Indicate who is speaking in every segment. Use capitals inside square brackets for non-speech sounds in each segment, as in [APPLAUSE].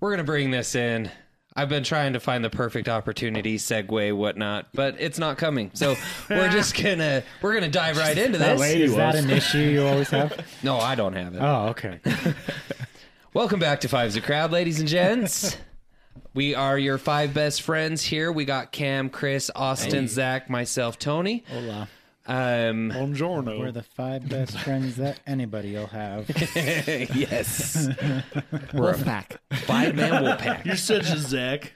Speaker 1: we're gonna bring this in. I've been trying to find the perfect opportunity, segue, whatnot, but it's not coming. So we're just gonna we're gonna dive right into
Speaker 2: That
Speaker 1: this.
Speaker 2: lady
Speaker 3: Is that
Speaker 2: was.
Speaker 3: an issue you always
Speaker 2: [LAUGHS]
Speaker 3: have?
Speaker 1: No, I don't have it.
Speaker 3: Oh, okay.
Speaker 1: Welcome back to Five's a Crowd, ladies and gents. we are your five best friends here. We got Cam, Chris, Austin, Zach, myself, Tony.
Speaker 3: Hola.
Speaker 1: [LAUGHS] Um,
Speaker 3: We're
Speaker 2: Buongiorno.
Speaker 3: the five best friends that anybody will
Speaker 2: [LAUGHS]
Speaker 3: have.
Speaker 1: [LAUGHS] yes,
Speaker 4: We're back.
Speaker 1: five man will pack. [LAUGHS]
Speaker 2: You're such a Zach.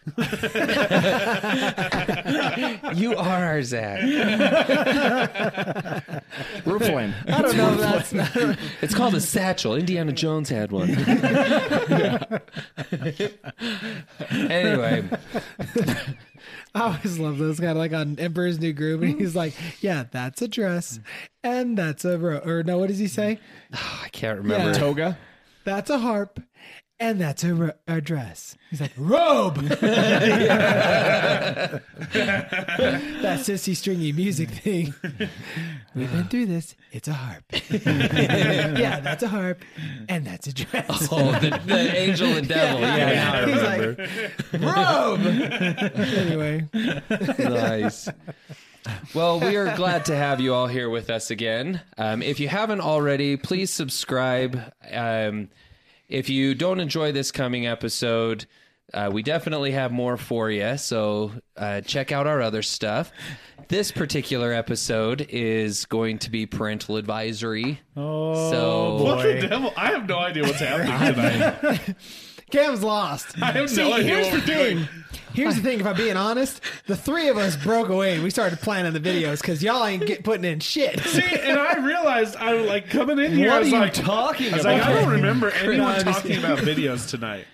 Speaker 1: You are our [LAUGHS] Zach.
Speaker 4: We're playing.
Speaker 1: I don't know. That's not, it's called a satchel. Indiana Jones had
Speaker 5: [LAUGHS]
Speaker 1: one. anyway,
Speaker 5: I always love this guy, like on Emperor's New Groove, and he's like, "Yeah, that's a dress, and that's a ro- or no, what does he say?
Speaker 1: I can't remember.
Speaker 5: Yeah.
Speaker 4: Toga.
Speaker 5: That's a harp, and that's a, ro- a dress." He's like,
Speaker 1: [LAUGHS]
Speaker 5: "Robe." [LAUGHS] that sissy stringy music thing. We've been through this. It's
Speaker 1: [LAUGHS]
Speaker 5: a harp. yeah, that's a harp, and that's a dress.
Speaker 1: Oh, the, the angel and devil. Yeah, now I
Speaker 5: He's
Speaker 1: remember.
Speaker 5: like,
Speaker 1: [LAUGHS]
Speaker 5: robe. anyway,
Speaker 1: nice. Well, we are glad to have you all here with us again. Um, if you haven't already, please subscribe. Um, if you don't enjoy this coming episode, uh, we definitely have more for you. So uh, check out our other stuff. This particular episode is going to be parental advisory. Oh, so
Speaker 2: What the devil? I have no idea what's happening tonight.
Speaker 5: Cam's lost.
Speaker 2: I have no idea
Speaker 5: here's
Speaker 2: what we're
Speaker 5: the
Speaker 2: doing.
Speaker 5: Here's the thing, if I'm being honest, the three of us broke away and we started planning the videos because y'all ain't get, putting in shit. [LAUGHS]
Speaker 2: [LAUGHS] See, and I realized I was like coming in here.
Speaker 4: What
Speaker 2: I
Speaker 4: are
Speaker 2: was
Speaker 4: you
Speaker 2: like,
Speaker 4: talking
Speaker 2: I was
Speaker 4: about?
Speaker 2: like, I don't
Speaker 4: [LAUGHS]
Speaker 2: remember anyone
Speaker 5: I'm just
Speaker 2: talking about videos tonight.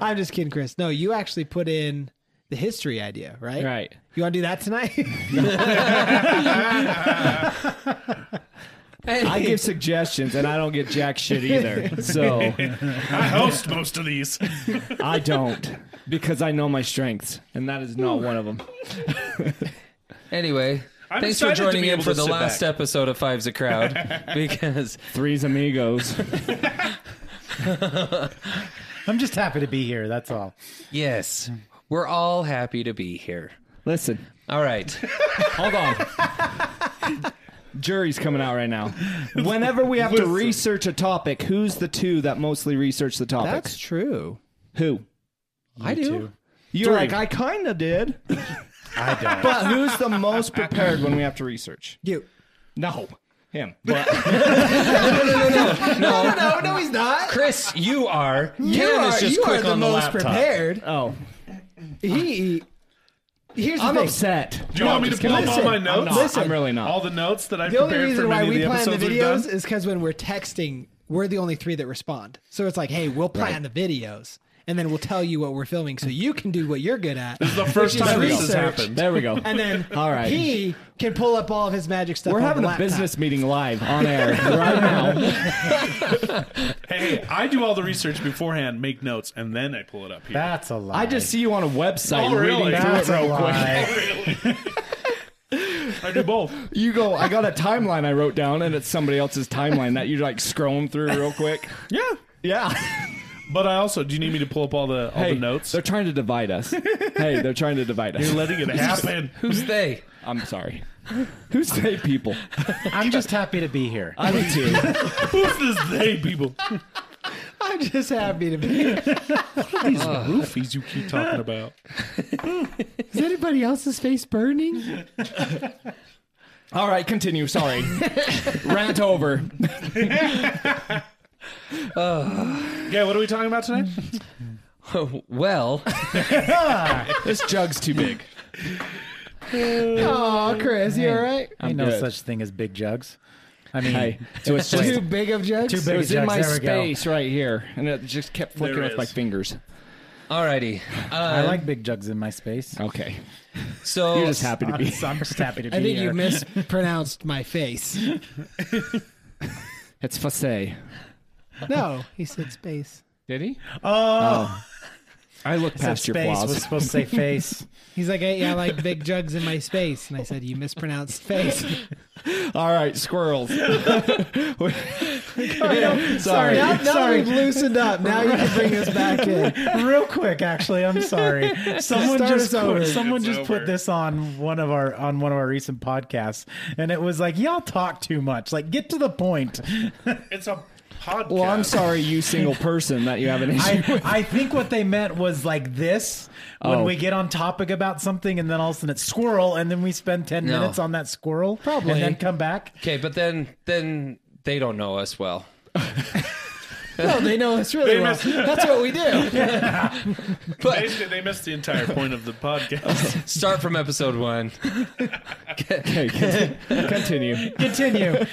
Speaker 5: I'm just kidding, Chris. No, you actually put in the history idea, right?
Speaker 4: Right.
Speaker 5: You want to do that tonight? [LAUGHS]
Speaker 4: I give suggestions and I don't get jack shit either. So
Speaker 2: I host most of these.
Speaker 4: I don't because I know my strengths and that is not one of them.
Speaker 1: anyway.
Speaker 2: I'm
Speaker 1: Thanks for
Speaker 2: excited to
Speaker 1: joining
Speaker 2: be
Speaker 1: in
Speaker 2: able
Speaker 1: for
Speaker 2: to
Speaker 1: the
Speaker 2: sit
Speaker 1: last
Speaker 2: back.
Speaker 1: episode of Five's a
Speaker 2: [LAUGHS]
Speaker 1: Crowd because
Speaker 4: Three's amigos.
Speaker 3: I'm just happy to be here. That's all.
Speaker 1: Yes. We're all happy to be here.
Speaker 4: Listen,
Speaker 1: All right.
Speaker 4: hold on. Jury's coming out right now. Whenever we have to research a topic, who's the two that mostly research the topic?
Speaker 5: That's true.
Speaker 4: Who?
Speaker 1: I do.
Speaker 4: You're like, I kind of did. I don't. But who's the most prepared when we have to research?
Speaker 5: You.
Speaker 4: No. Him.
Speaker 5: No, no, no, no, he's not.
Speaker 1: Chris, you are.
Speaker 5: You
Speaker 1: Cam is
Speaker 5: are,
Speaker 1: just
Speaker 5: you
Speaker 1: quick
Speaker 5: are the
Speaker 1: on the
Speaker 5: most
Speaker 1: laptop. [LAUGHS]
Speaker 5: prepared.
Speaker 4: oh.
Speaker 5: He. Here's the
Speaker 4: I'm
Speaker 5: thing.
Speaker 4: upset.
Speaker 2: Do you want me to pull up all my notes?
Speaker 4: I'm, not.
Speaker 5: Listen.
Speaker 4: I'm really not.
Speaker 2: All the notes that I
Speaker 5: The only
Speaker 2: prepared for
Speaker 5: reason why
Speaker 2: many of
Speaker 5: we
Speaker 2: the
Speaker 5: plan the
Speaker 2: episodes we've done.
Speaker 5: videos is because when we're texting, we're the only three that respond. So it's like, hey, we'll plan the videos, and then we'll tell you what we're filming, so you can do what you're good at. This is
Speaker 2: the first time this has happened.
Speaker 4: there we go.
Speaker 1: [LAUGHS]
Speaker 5: And then
Speaker 4: All right.
Speaker 5: he can pull up all of his magic stuff.
Speaker 4: We're
Speaker 5: on
Speaker 4: having
Speaker 5: the
Speaker 4: a
Speaker 5: laptop.
Speaker 4: business meeting live on air right now.
Speaker 2: Hey, I do all the research beforehand, make notes, and then I pull it up here.
Speaker 3: That's a lie.
Speaker 4: I just see you on a website
Speaker 2: Oh, really?
Speaker 4: reading through it
Speaker 3: That's a
Speaker 4: real quick.
Speaker 2: [LAUGHS]
Speaker 3: lie.
Speaker 2: I do both.
Speaker 4: You go, I got a timeline I wrote down, and it's somebody else's timeline that you're like scrolling through real quick.
Speaker 2: Yeah.
Speaker 4: Yeah.
Speaker 2: But I also, do you need me to pull up all the all
Speaker 4: Hey,
Speaker 2: the notes?
Speaker 4: They're trying to divide us. hey, they're trying to divide us.
Speaker 2: You're letting it [LAUGHS] happen.
Speaker 1: Who's they?
Speaker 4: I'm sorry. Who's they people?
Speaker 3: I'm just happy to be here.
Speaker 4: I do too.
Speaker 2: Who's this they people?
Speaker 5: I'm just happy to [LAUGHS] be.
Speaker 2: These roofies you keep talking about.
Speaker 5: Is anybody else's face burning?
Speaker 4: All right, continue. Sorry. Rant over.
Speaker 2: Yeah, what are we talking about tonight?
Speaker 1: Oh, well,
Speaker 4: This jug's too big.
Speaker 5: Oh, Chris, you all right?
Speaker 4: I'm
Speaker 3: Ain't no
Speaker 4: good.
Speaker 3: such thing as big jugs. I mean,
Speaker 4: Hey,
Speaker 3: it was just
Speaker 5: Too big of jokes.
Speaker 3: Too
Speaker 4: It
Speaker 3: big.
Speaker 4: was in
Speaker 3: Jugs,
Speaker 4: my
Speaker 3: there we go.
Speaker 4: space right here, and it just kept flickering
Speaker 2: There
Speaker 4: with my
Speaker 2: is.
Speaker 4: fingers.
Speaker 1: alrighty. Uh,
Speaker 3: I like big jugs in my space.
Speaker 4: Okay,
Speaker 1: so
Speaker 4: you're just happy to be.
Speaker 3: I'm just happy to be
Speaker 5: I think
Speaker 3: here.
Speaker 5: you mispronounced my face. [LAUGHS]
Speaker 4: It's Fasse.
Speaker 5: No, he said space.
Speaker 4: Did he?
Speaker 3: oh,
Speaker 4: I look
Speaker 3: said
Speaker 4: past your
Speaker 3: space
Speaker 4: flaws. [LAUGHS]
Speaker 3: was supposed to [LAUGHS] say face.
Speaker 5: He's like, hey, yeah, I like big jugs in my space, [LAUGHS] and I said you mispronounced face.
Speaker 4: All right, squirrels.
Speaker 1: Sorry.
Speaker 5: Now, now
Speaker 3: Sorry.
Speaker 5: we've loosened up. Now you can bring this back in.
Speaker 3: Real quick, actually, I'm sorry.
Speaker 5: [LAUGHS]
Speaker 3: Someone
Speaker 5: Start us
Speaker 3: just
Speaker 5: over.
Speaker 3: put, someone
Speaker 2: It's
Speaker 3: just
Speaker 2: over.
Speaker 3: put this on one of our on one of our recent podcasts, and it was like, y'all talk too much. Like, get to the point.
Speaker 2: It's a podcast.
Speaker 6: Well, I'm sorry, you single person, that you have an issue.
Speaker 3: [LAUGHS] I, I think what they meant was like this when
Speaker 6: Oh.
Speaker 3: we get on topic about something, and then all of a sudden it's squirrel, and then we spend ten
Speaker 1: No.
Speaker 3: minutes on that squirrel, probably, and then come back.
Speaker 1: Okay, but then then they don't know us well.
Speaker 5: [LAUGHS] No, they know us really
Speaker 2: They
Speaker 5: well.
Speaker 2: must-
Speaker 5: That's what we [LAUGHS] do.
Speaker 2: They, they missed the entire point of the [LAUGHS] podcast.
Speaker 1: Start from episode one.
Speaker 6: Okay, continue. continue.
Speaker 3: Continue.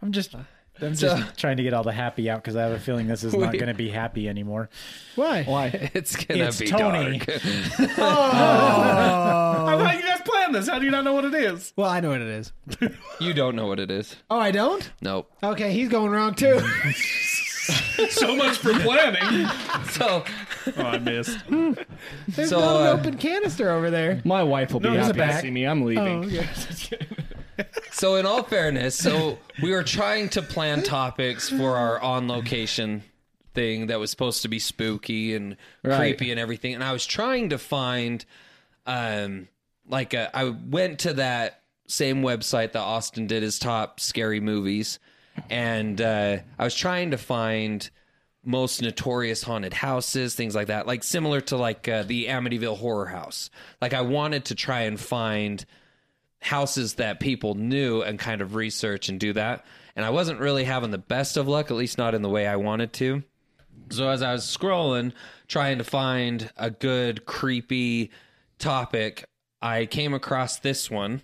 Speaker 3: I'm just. I'm just
Speaker 1: So-
Speaker 3: trying to get all the happy out because I have a feeling this is not
Speaker 1: Wait.
Speaker 3: going to be happy anymore.
Speaker 5: Why?
Speaker 6: Why?
Speaker 1: It's gonna
Speaker 3: It's
Speaker 1: be
Speaker 3: Tony.
Speaker 1: dark.
Speaker 2: I thought you guys planned this. How do you not know what it is?
Speaker 5: Well, I know what it is.
Speaker 1: You don't know what it is.
Speaker 5: Oh, I don't?
Speaker 1: Nope.
Speaker 5: Okay, he's going wrong [LAUGHS] too.
Speaker 2: So much for planning.
Speaker 1: So
Speaker 2: [LAUGHS] Oh, I missed.
Speaker 5: There's
Speaker 1: So,
Speaker 5: not an
Speaker 1: uh,
Speaker 5: open canister over there.
Speaker 6: My wife will be
Speaker 2: there's a
Speaker 6: happy to
Speaker 3: back.
Speaker 6: see me. I'm leaving.
Speaker 1: so in all fairness, so we were trying to plan topics for our on location thing that was supposed to be spooky and creepy and everything. And I was trying to find um like a, I went to that same website that Austin did his top scary movies and uh I was trying to find most notorious haunted houses, things like that, like similar to like uh, the Amityville Horror House. Like I wanted to try and find houses that people knew and kind of research and do that. And I wasn't really having the best of luck, at least not in the way I wanted to. So as I was scrolling, trying to find a good creepy topic, I came across this one,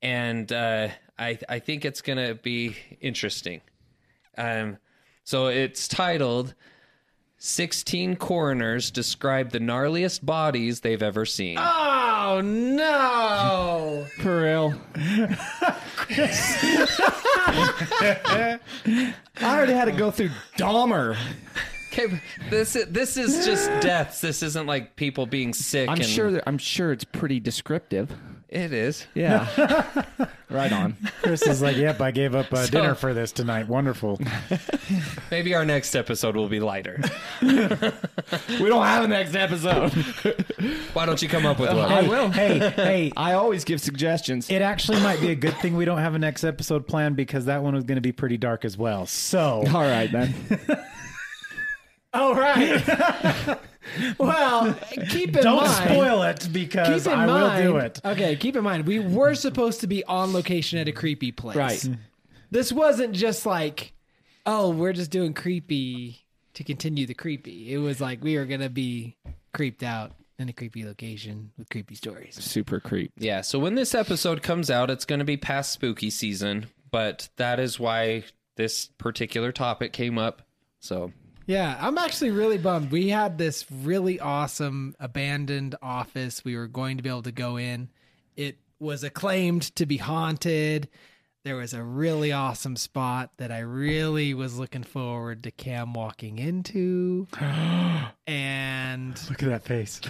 Speaker 1: and uh, I I think it's gonna be interesting. Um, so it's titled. 16 coroners describe the gnarliest bodies they've ever seen.
Speaker 5: Oh no.
Speaker 6: For
Speaker 4: [LAUGHS]
Speaker 6: real.
Speaker 5: I already had to go
Speaker 6: Through Dahmer.
Speaker 1: Okay, but this is, this
Speaker 6: [LAUGHS]
Speaker 1: is just deaths. This isn't like people being sick.
Speaker 6: I'm
Speaker 1: and
Speaker 6: sure. That, I'm sure it's pretty descriptive.
Speaker 1: it is.
Speaker 6: Yeah.
Speaker 4: [LAUGHS]
Speaker 6: right on.
Speaker 3: Chris is like, "Yep, I gave up uh,
Speaker 1: So-
Speaker 3: dinner for this tonight. Wonderful."
Speaker 1: Maybe our next episode will be lighter.
Speaker 6: We don't have a [LAUGHS] next episode.
Speaker 1: [LAUGHS]
Speaker 6: Uh-huh.
Speaker 1: Why don't you come up with one?
Speaker 3: Hey, Hey, hey.
Speaker 6: I always give suggestions.
Speaker 3: It actually might be a good thing we don't have a next episode planned because that one was going to be pretty dark as well. So,
Speaker 6: All right then.
Speaker 5: All right. well, [LAUGHS] keep in
Speaker 3: don't
Speaker 5: mind.
Speaker 3: spoil it
Speaker 5: Keep
Speaker 3: because
Speaker 5: in
Speaker 3: I
Speaker 5: mind,
Speaker 3: will do it.
Speaker 5: Okay, keep in mind we were supposed to be on location at a creepy place.
Speaker 6: Right.
Speaker 5: This wasn't just like, oh, we're just doing creepy to continue the creepy. It was like we were gonna be creeped out in a creepy location with creepy stories.
Speaker 6: Super creep.
Speaker 1: Yeah, so when this episode comes out, it's going to be past spooky season, but that is why this particular topic came up. So,
Speaker 5: Yeah, I'm actually really bummed. We had this really awesome abandoned office. We were going to be able to go in. It was acclaimed to be haunted. There was a really awesome spot that I really was looking forward to Cam walking
Speaker 3: [GASPS]
Speaker 5: into. and
Speaker 3: Look at
Speaker 1: [LAUGHS]
Speaker 3: that face.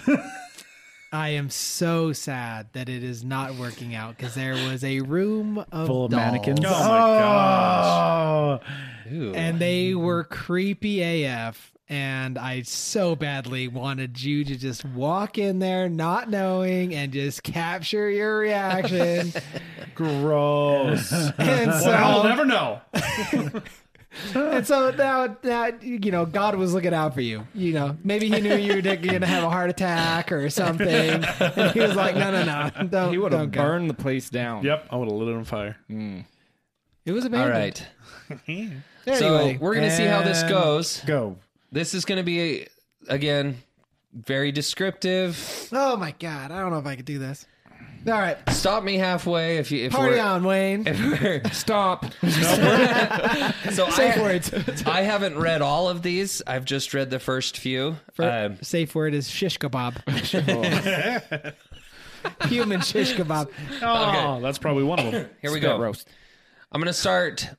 Speaker 5: I am so sad that it is not working out because there was a room of
Speaker 3: Full
Speaker 5: dolls.
Speaker 3: of mannequins.
Speaker 2: Oh my gosh.
Speaker 3: Oh,
Speaker 5: and they were creepy AF. And I so badly wanted you to just walk in there, not knowing, and just capture your reaction.
Speaker 3: gross.
Speaker 4: [LAUGHS]
Speaker 5: and so,
Speaker 2: Well, I'll never know.
Speaker 5: and so now, now, you know, God was looking out for you. You know, maybe He knew you were going to have a heart attack or something. And he was like, "No, no, no, don't."
Speaker 6: He would
Speaker 5: don't
Speaker 6: have
Speaker 5: go."
Speaker 6: burned the place down.
Speaker 2: Yep, I would have lit it on fire.
Speaker 5: It was
Speaker 1: all
Speaker 5: abandoned.
Speaker 1: right.
Speaker 5: Anyway,
Speaker 1: so, we're going to see how this
Speaker 3: and
Speaker 1: goes.
Speaker 3: Go.
Speaker 1: This is going to be again very descriptive.
Speaker 5: oh my God, I don't know if I could do this. All right,
Speaker 1: Stop me halfway if you if
Speaker 5: party
Speaker 1: we're,
Speaker 5: on, Wayne.
Speaker 1: [LAUGHS] If we're,
Speaker 6: Stop.
Speaker 1: so
Speaker 5: Safe
Speaker 1: I,
Speaker 5: words.
Speaker 1: I haven't read all of these. I've just read the first few. Um,
Speaker 5: Safe word is [LAUGHS] shish kebab. human shish [LAUGHS] kebab.
Speaker 2: Oh, that's probably one of them.
Speaker 1: here we
Speaker 6: Spit
Speaker 1: go.
Speaker 6: roast.
Speaker 1: I'm going to start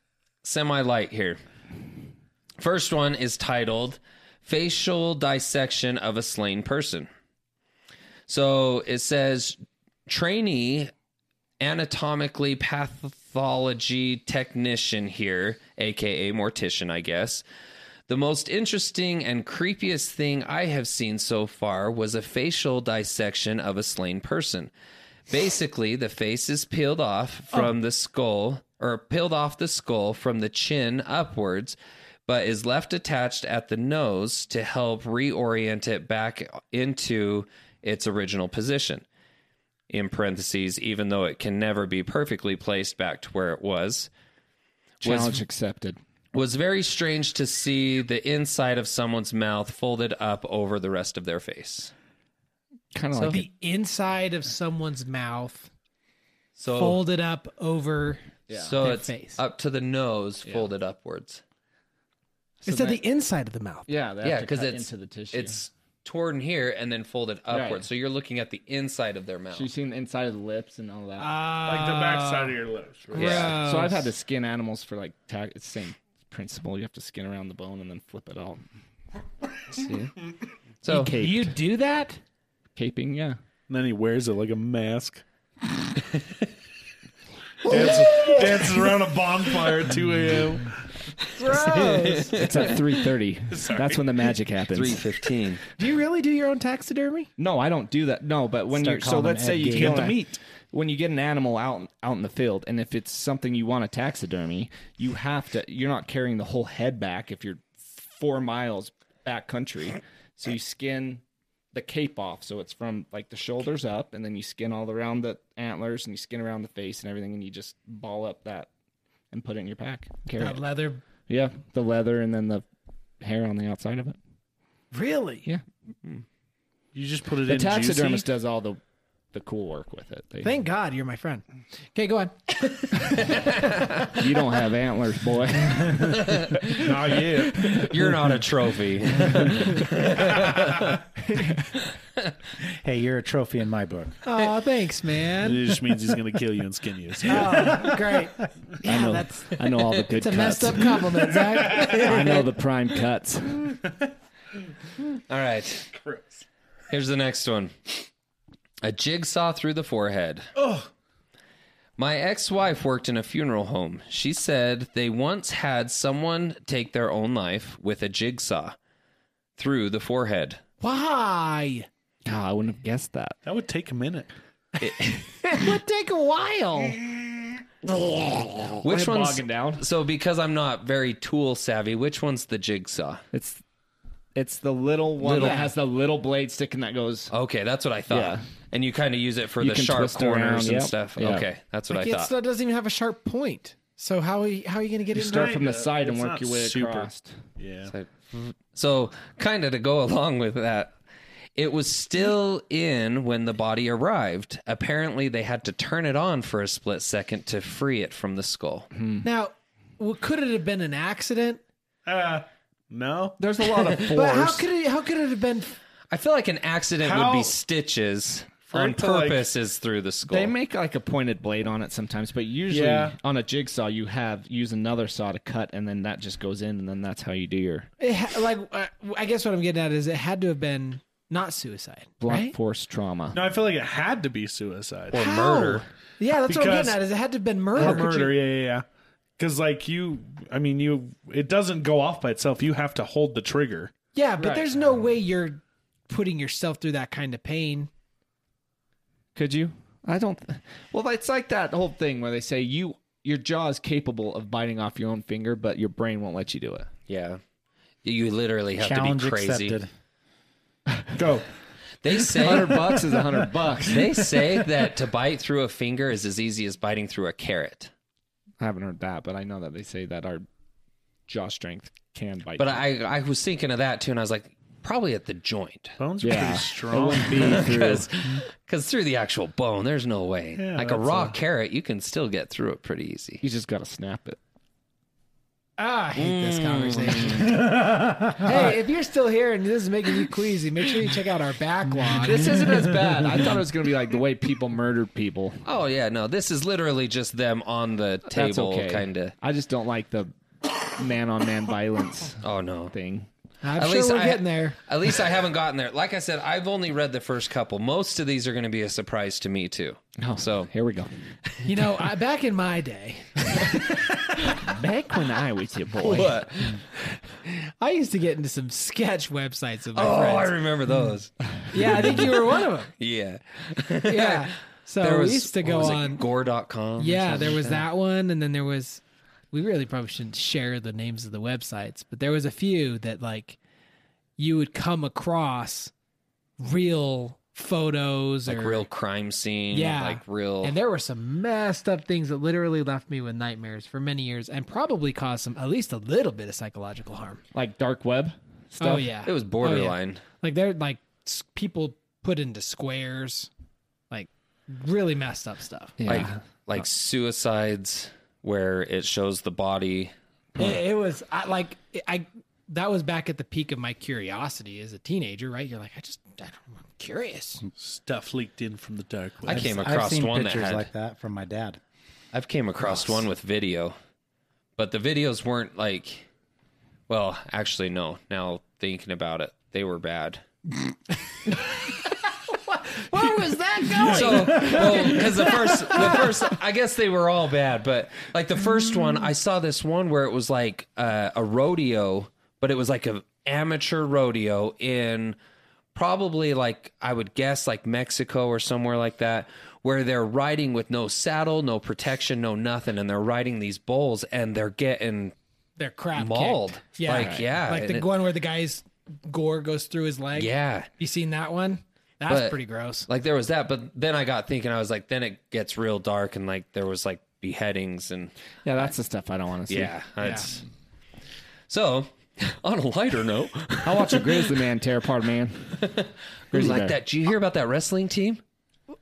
Speaker 1: semi light here. First one is titled Facial Dissection of a Slain Person. So it says trainee anatomically path- pathology technician here, aka mortician, I guess. The most interesting and creepiest thing I have seen so far was a facial dissection of a slain person. Basically, the face is peeled off
Speaker 5: Oh.
Speaker 1: from the skull or peeled off the skull from the chin upwards, but is left attached at the nose to help reorient it back into its original position in parentheses, even though it can never be perfectly placed back to where it was,
Speaker 4: Challenge accepted.
Speaker 1: was very strange to see the inside of someone's mouth folded up over the rest of their face.
Speaker 4: Kind of like
Speaker 5: the inside of someone's mouth
Speaker 4: Oh.
Speaker 1: So,
Speaker 5: folded up over.
Speaker 1: so
Speaker 5: Their
Speaker 1: it's
Speaker 5: face.
Speaker 1: up to the nose, folded upwards.
Speaker 5: it's at the inside of the mouth.
Speaker 4: yeah, they have
Speaker 1: Yeah,
Speaker 4: to
Speaker 1: because
Speaker 4: cut
Speaker 1: it's
Speaker 4: into the tissue.
Speaker 1: It's torn here and then folded upwards.
Speaker 4: Right.
Speaker 1: So you're looking at the inside of their mouth.
Speaker 4: so you've seen the inside of the lips and all that.
Speaker 5: Uh,
Speaker 2: Like the backside of your lips. Right?
Speaker 5: Yeah.
Speaker 4: so I've had to skin animals for like tag. It's the same principle. You have to skin around the bone and then flip it out.
Speaker 1: so
Speaker 4: Cape,
Speaker 5: You do that?
Speaker 4: caping, yeah.
Speaker 2: And then he wears it like a [LAUGHS] mask. [LAUGHS] dances, dances around a bonfire at 2 a.m.
Speaker 4: It's at three thirty. That's when the magic happens.
Speaker 1: 315.
Speaker 5: Do you really do your own taxidermy?
Speaker 4: No, I don't do that. No, but when
Speaker 3: Start
Speaker 4: you're so
Speaker 3: calling
Speaker 4: let's
Speaker 3: them
Speaker 4: say
Speaker 3: Ed
Speaker 4: you
Speaker 3: Gein.
Speaker 4: kill
Speaker 3: Get the
Speaker 4: an- When you get an animal out out in the field, and if it's something you want to taxidermy, you have to. You're not carrying the whole head back if you're four miles back country. So you skin the cape off, so it's from like the shoulders up, and then you skin all around the antlers, and you skin around the face and everything, and you just ball up that and put it in your pack. Carry
Speaker 5: That
Speaker 4: it.
Speaker 5: leather.
Speaker 4: yeah, the leather and then the hair on the outside of it.
Speaker 5: Really?
Speaker 4: Yeah.
Speaker 2: You just put it
Speaker 4: The
Speaker 2: in [LAUGHS]
Speaker 4: taxidermist
Speaker 2: juicy.
Speaker 4: does all the the cool work with it. They-
Speaker 5: Thank God you're my friend. Okay, go on.
Speaker 4: You don't have antlers, [LAUGHS] boy.
Speaker 2: Not yet.
Speaker 1: You're not a
Speaker 4: [LAUGHS]
Speaker 1: trophy.
Speaker 3: Hey, you're a trophy in my book.
Speaker 5: Oh, thanks, man.
Speaker 2: It just means he's going to kill you and skin you. [LAUGHS] So
Speaker 5: [LAUGHS] Oh, great. Yeah, that's
Speaker 4: I know all the good
Speaker 5: it's a
Speaker 4: cuts.
Speaker 5: messed up compliment, Zach.
Speaker 4: [LAUGHS] I know the prime cuts.
Speaker 1: All right. Here's the next one. A jigsaw through the forehead. Oh. My ex-wife worked in a funeral home. She said they once had someone take their own life with a jigsaw through the forehead.
Speaker 5: Why?
Speaker 4: Oh, I wouldn't have guessed that.
Speaker 2: that would take a minute.
Speaker 5: It would take a while.
Speaker 1: Which one's
Speaker 4: bogging down.
Speaker 1: So because I'm not very tool savvy, which one's the jigsaw?
Speaker 4: It's it's the little one that has the little blade sticking that goes.
Speaker 1: Okay, that's what I thought.
Speaker 4: Yeah.
Speaker 1: And you kind of use it for
Speaker 4: You
Speaker 1: the
Speaker 4: can
Speaker 1: sharp
Speaker 4: twist it around,
Speaker 1: corners and
Speaker 4: yep.
Speaker 1: stuff.
Speaker 4: Yeah.
Speaker 1: Okay, that's what
Speaker 5: Like,
Speaker 1: I
Speaker 5: it's-
Speaker 1: thought.
Speaker 5: it doesn't even have a sharp point. So how are you, how are you going to get it? in
Speaker 4: Start
Speaker 5: there?
Speaker 4: from the
Speaker 2: Kinda.
Speaker 4: side and
Speaker 2: It's
Speaker 4: work
Speaker 2: not
Speaker 4: your way
Speaker 2: super-
Speaker 4: across.
Speaker 2: Yeah.
Speaker 1: So, kind of to go [LAUGHS] along with that, it was still in when the body arrived. Apparently, they had to turn it on for a split second to free it from the skull.
Speaker 5: Now, well, could it have been an accident?
Speaker 2: Uh, no.
Speaker 4: There's a lot of force.
Speaker 5: [LAUGHS] But how could it? How could it have been?
Speaker 1: I feel like an accident
Speaker 2: How-
Speaker 1: would be stitches.
Speaker 2: it
Speaker 1: On
Speaker 2: to, like-
Speaker 1: purpose is through the skull.
Speaker 4: they make like a pointed blade on it sometimes, but usually
Speaker 2: Yeah.
Speaker 4: on a jigsaw you have use another saw to cut, and then that just goes in, and then that's how you do your
Speaker 5: It ha- like, uh, I guess what I'm getting at is it had to have been not suicide,
Speaker 4: blunt
Speaker 5: right?
Speaker 4: force trauma.
Speaker 2: No, I feel like it had to be suicide.
Speaker 1: or
Speaker 5: How?
Speaker 1: murder.
Speaker 5: Yeah, that's what I'm
Speaker 2: Because-
Speaker 5: getting at. Is it had to have been
Speaker 2: Or
Speaker 5: murder?
Speaker 2: murder, yeah, yeah, yeah. Because like you, I mean, you, it doesn't go off by itself. You have to hold the trigger.
Speaker 5: Yeah, but there's no way you're putting yourself through that kind of pain.
Speaker 4: Could you? I don't. Th- well, it's like that whole thing where they say you your jaw is capable of biting off your own finger, but your brain won't let you do it.
Speaker 1: Yeah. You literally have
Speaker 3: Challenge
Speaker 1: to be crazy.
Speaker 3: accepted.
Speaker 2: Go.
Speaker 1: They
Speaker 4: Hundred
Speaker 1: say
Speaker 4: bucks is hundred bucks.
Speaker 1: they say that to bite through a finger is as easy as biting through a carrot.
Speaker 4: I haven't heard that, but I know that they say that our jaw strength can bite.
Speaker 1: But I I was thinking of that too, and I was like, probably at the
Speaker 5: [LAUGHS]
Speaker 1: joint.
Speaker 2: Bones are
Speaker 4: Yeah.
Speaker 2: pretty strong.
Speaker 1: because through the actual bone, there's no way.
Speaker 2: Yeah,
Speaker 1: like a
Speaker 2: that's
Speaker 1: raw carrot, you can still get through it pretty easy.
Speaker 4: you just gotta snap it.
Speaker 5: Ah, I hate this
Speaker 1: [LAUGHS]
Speaker 5: conversation. hey, if you're still here and this is making you queasy, make sure you check out our backlog.
Speaker 4: This isn't as bad. I thought it was gonna be like the way people murdered people.
Speaker 1: Oh yeah, no, this is literally just them on the
Speaker 4: That's
Speaker 1: table,
Speaker 4: okay.
Speaker 1: kind of.
Speaker 4: I just don't like the man on man violence
Speaker 1: Oh no,
Speaker 4: thing.
Speaker 5: I'm
Speaker 1: At
Speaker 5: sure
Speaker 1: least
Speaker 5: we're
Speaker 1: I-
Speaker 5: getting there.
Speaker 1: At least I haven't gotten there. Like I said, I've only read the first couple. Most of these are going to be a surprise to me too. Oh,
Speaker 5: [LAUGHS]
Speaker 1: So
Speaker 4: Here we go.
Speaker 5: You know, I, back in my day,
Speaker 4: Back when I was your boy.
Speaker 1: what?
Speaker 5: I used to get into some sketch websites with my
Speaker 1: Oh, I
Speaker 5: friends.
Speaker 1: remember
Speaker 5: [LAUGHS]
Speaker 1: those.
Speaker 5: Yeah, I think you were one of
Speaker 1: [LAUGHS] Yeah.
Speaker 5: them. Yeah. So
Speaker 1: There was
Speaker 5: we used to
Speaker 1: what
Speaker 5: go
Speaker 1: was it,
Speaker 5: on.
Speaker 1: gore.com. or
Speaker 5: Yeah, there
Speaker 1: something?
Speaker 5: was that one, and then there was. We really probably shouldn't share the names of the websites, but there was a few that like you would come across real photos
Speaker 1: like
Speaker 5: or
Speaker 1: real crime scene.
Speaker 5: Yeah.
Speaker 1: Like real.
Speaker 5: and there were some messed up things that literally left me with nightmares for many years and probably caused some at least a little bit of psychological harm.
Speaker 4: Like dark web stuff.
Speaker 5: Oh yeah.
Speaker 1: Oh, it was borderline.
Speaker 5: Like they're like s- people put into squares, like really messed up stuff.
Speaker 4: Yeah.
Speaker 1: Like
Speaker 3: Uh,
Speaker 1: like suicides where it shows the body.
Speaker 5: It, it was I, like it- I that was back at the peak of my curiosity as a teenager, right? You're like, I just I don't, I'm curious.
Speaker 2: [LAUGHS] Stuff leaked in from the dark
Speaker 1: I
Speaker 2: web.
Speaker 1: came
Speaker 3: I've
Speaker 1: across
Speaker 3: seen
Speaker 1: one that
Speaker 3: pictures
Speaker 1: had.
Speaker 3: like that from my dad.
Speaker 1: I've came across one with video, but the videos weren't like. Well, actually, no. Now thinking about it, they were bad.
Speaker 5: Where was that going?
Speaker 1: So, because the first, the first, I guess they were all bad, but like the first one, I saw this one where it was like uh, a rodeo, but it was like a amateur rodeo in probably like I would guess like Mexico or somewhere like that, where they're riding with no saddle, no protection, no nothing, and they're riding these bulls and they're getting
Speaker 5: [LAUGHS] They're crap kicked.
Speaker 1: mauled. Like, yeah,
Speaker 5: like
Speaker 1: and
Speaker 5: the
Speaker 1: it-
Speaker 5: one where the guy's gore goes through his leg.
Speaker 1: yeah.
Speaker 5: you seen that one? That's
Speaker 1: But-
Speaker 5: pretty gross.
Speaker 1: Like there was that, but then I got thinking, I was like, then it gets real dark, and like there was like beheadings and.
Speaker 4: Yeah, that's the stuff I don't want to see.
Speaker 1: Yeah, that's. So, [LAUGHS] on a lighter
Speaker 2: [LAUGHS]
Speaker 1: note,
Speaker 4: I'll watch a grizzly man tear apart a man. Grizzly
Speaker 1: like
Speaker 4: bear.
Speaker 1: that. Do you hear about that wrestling team?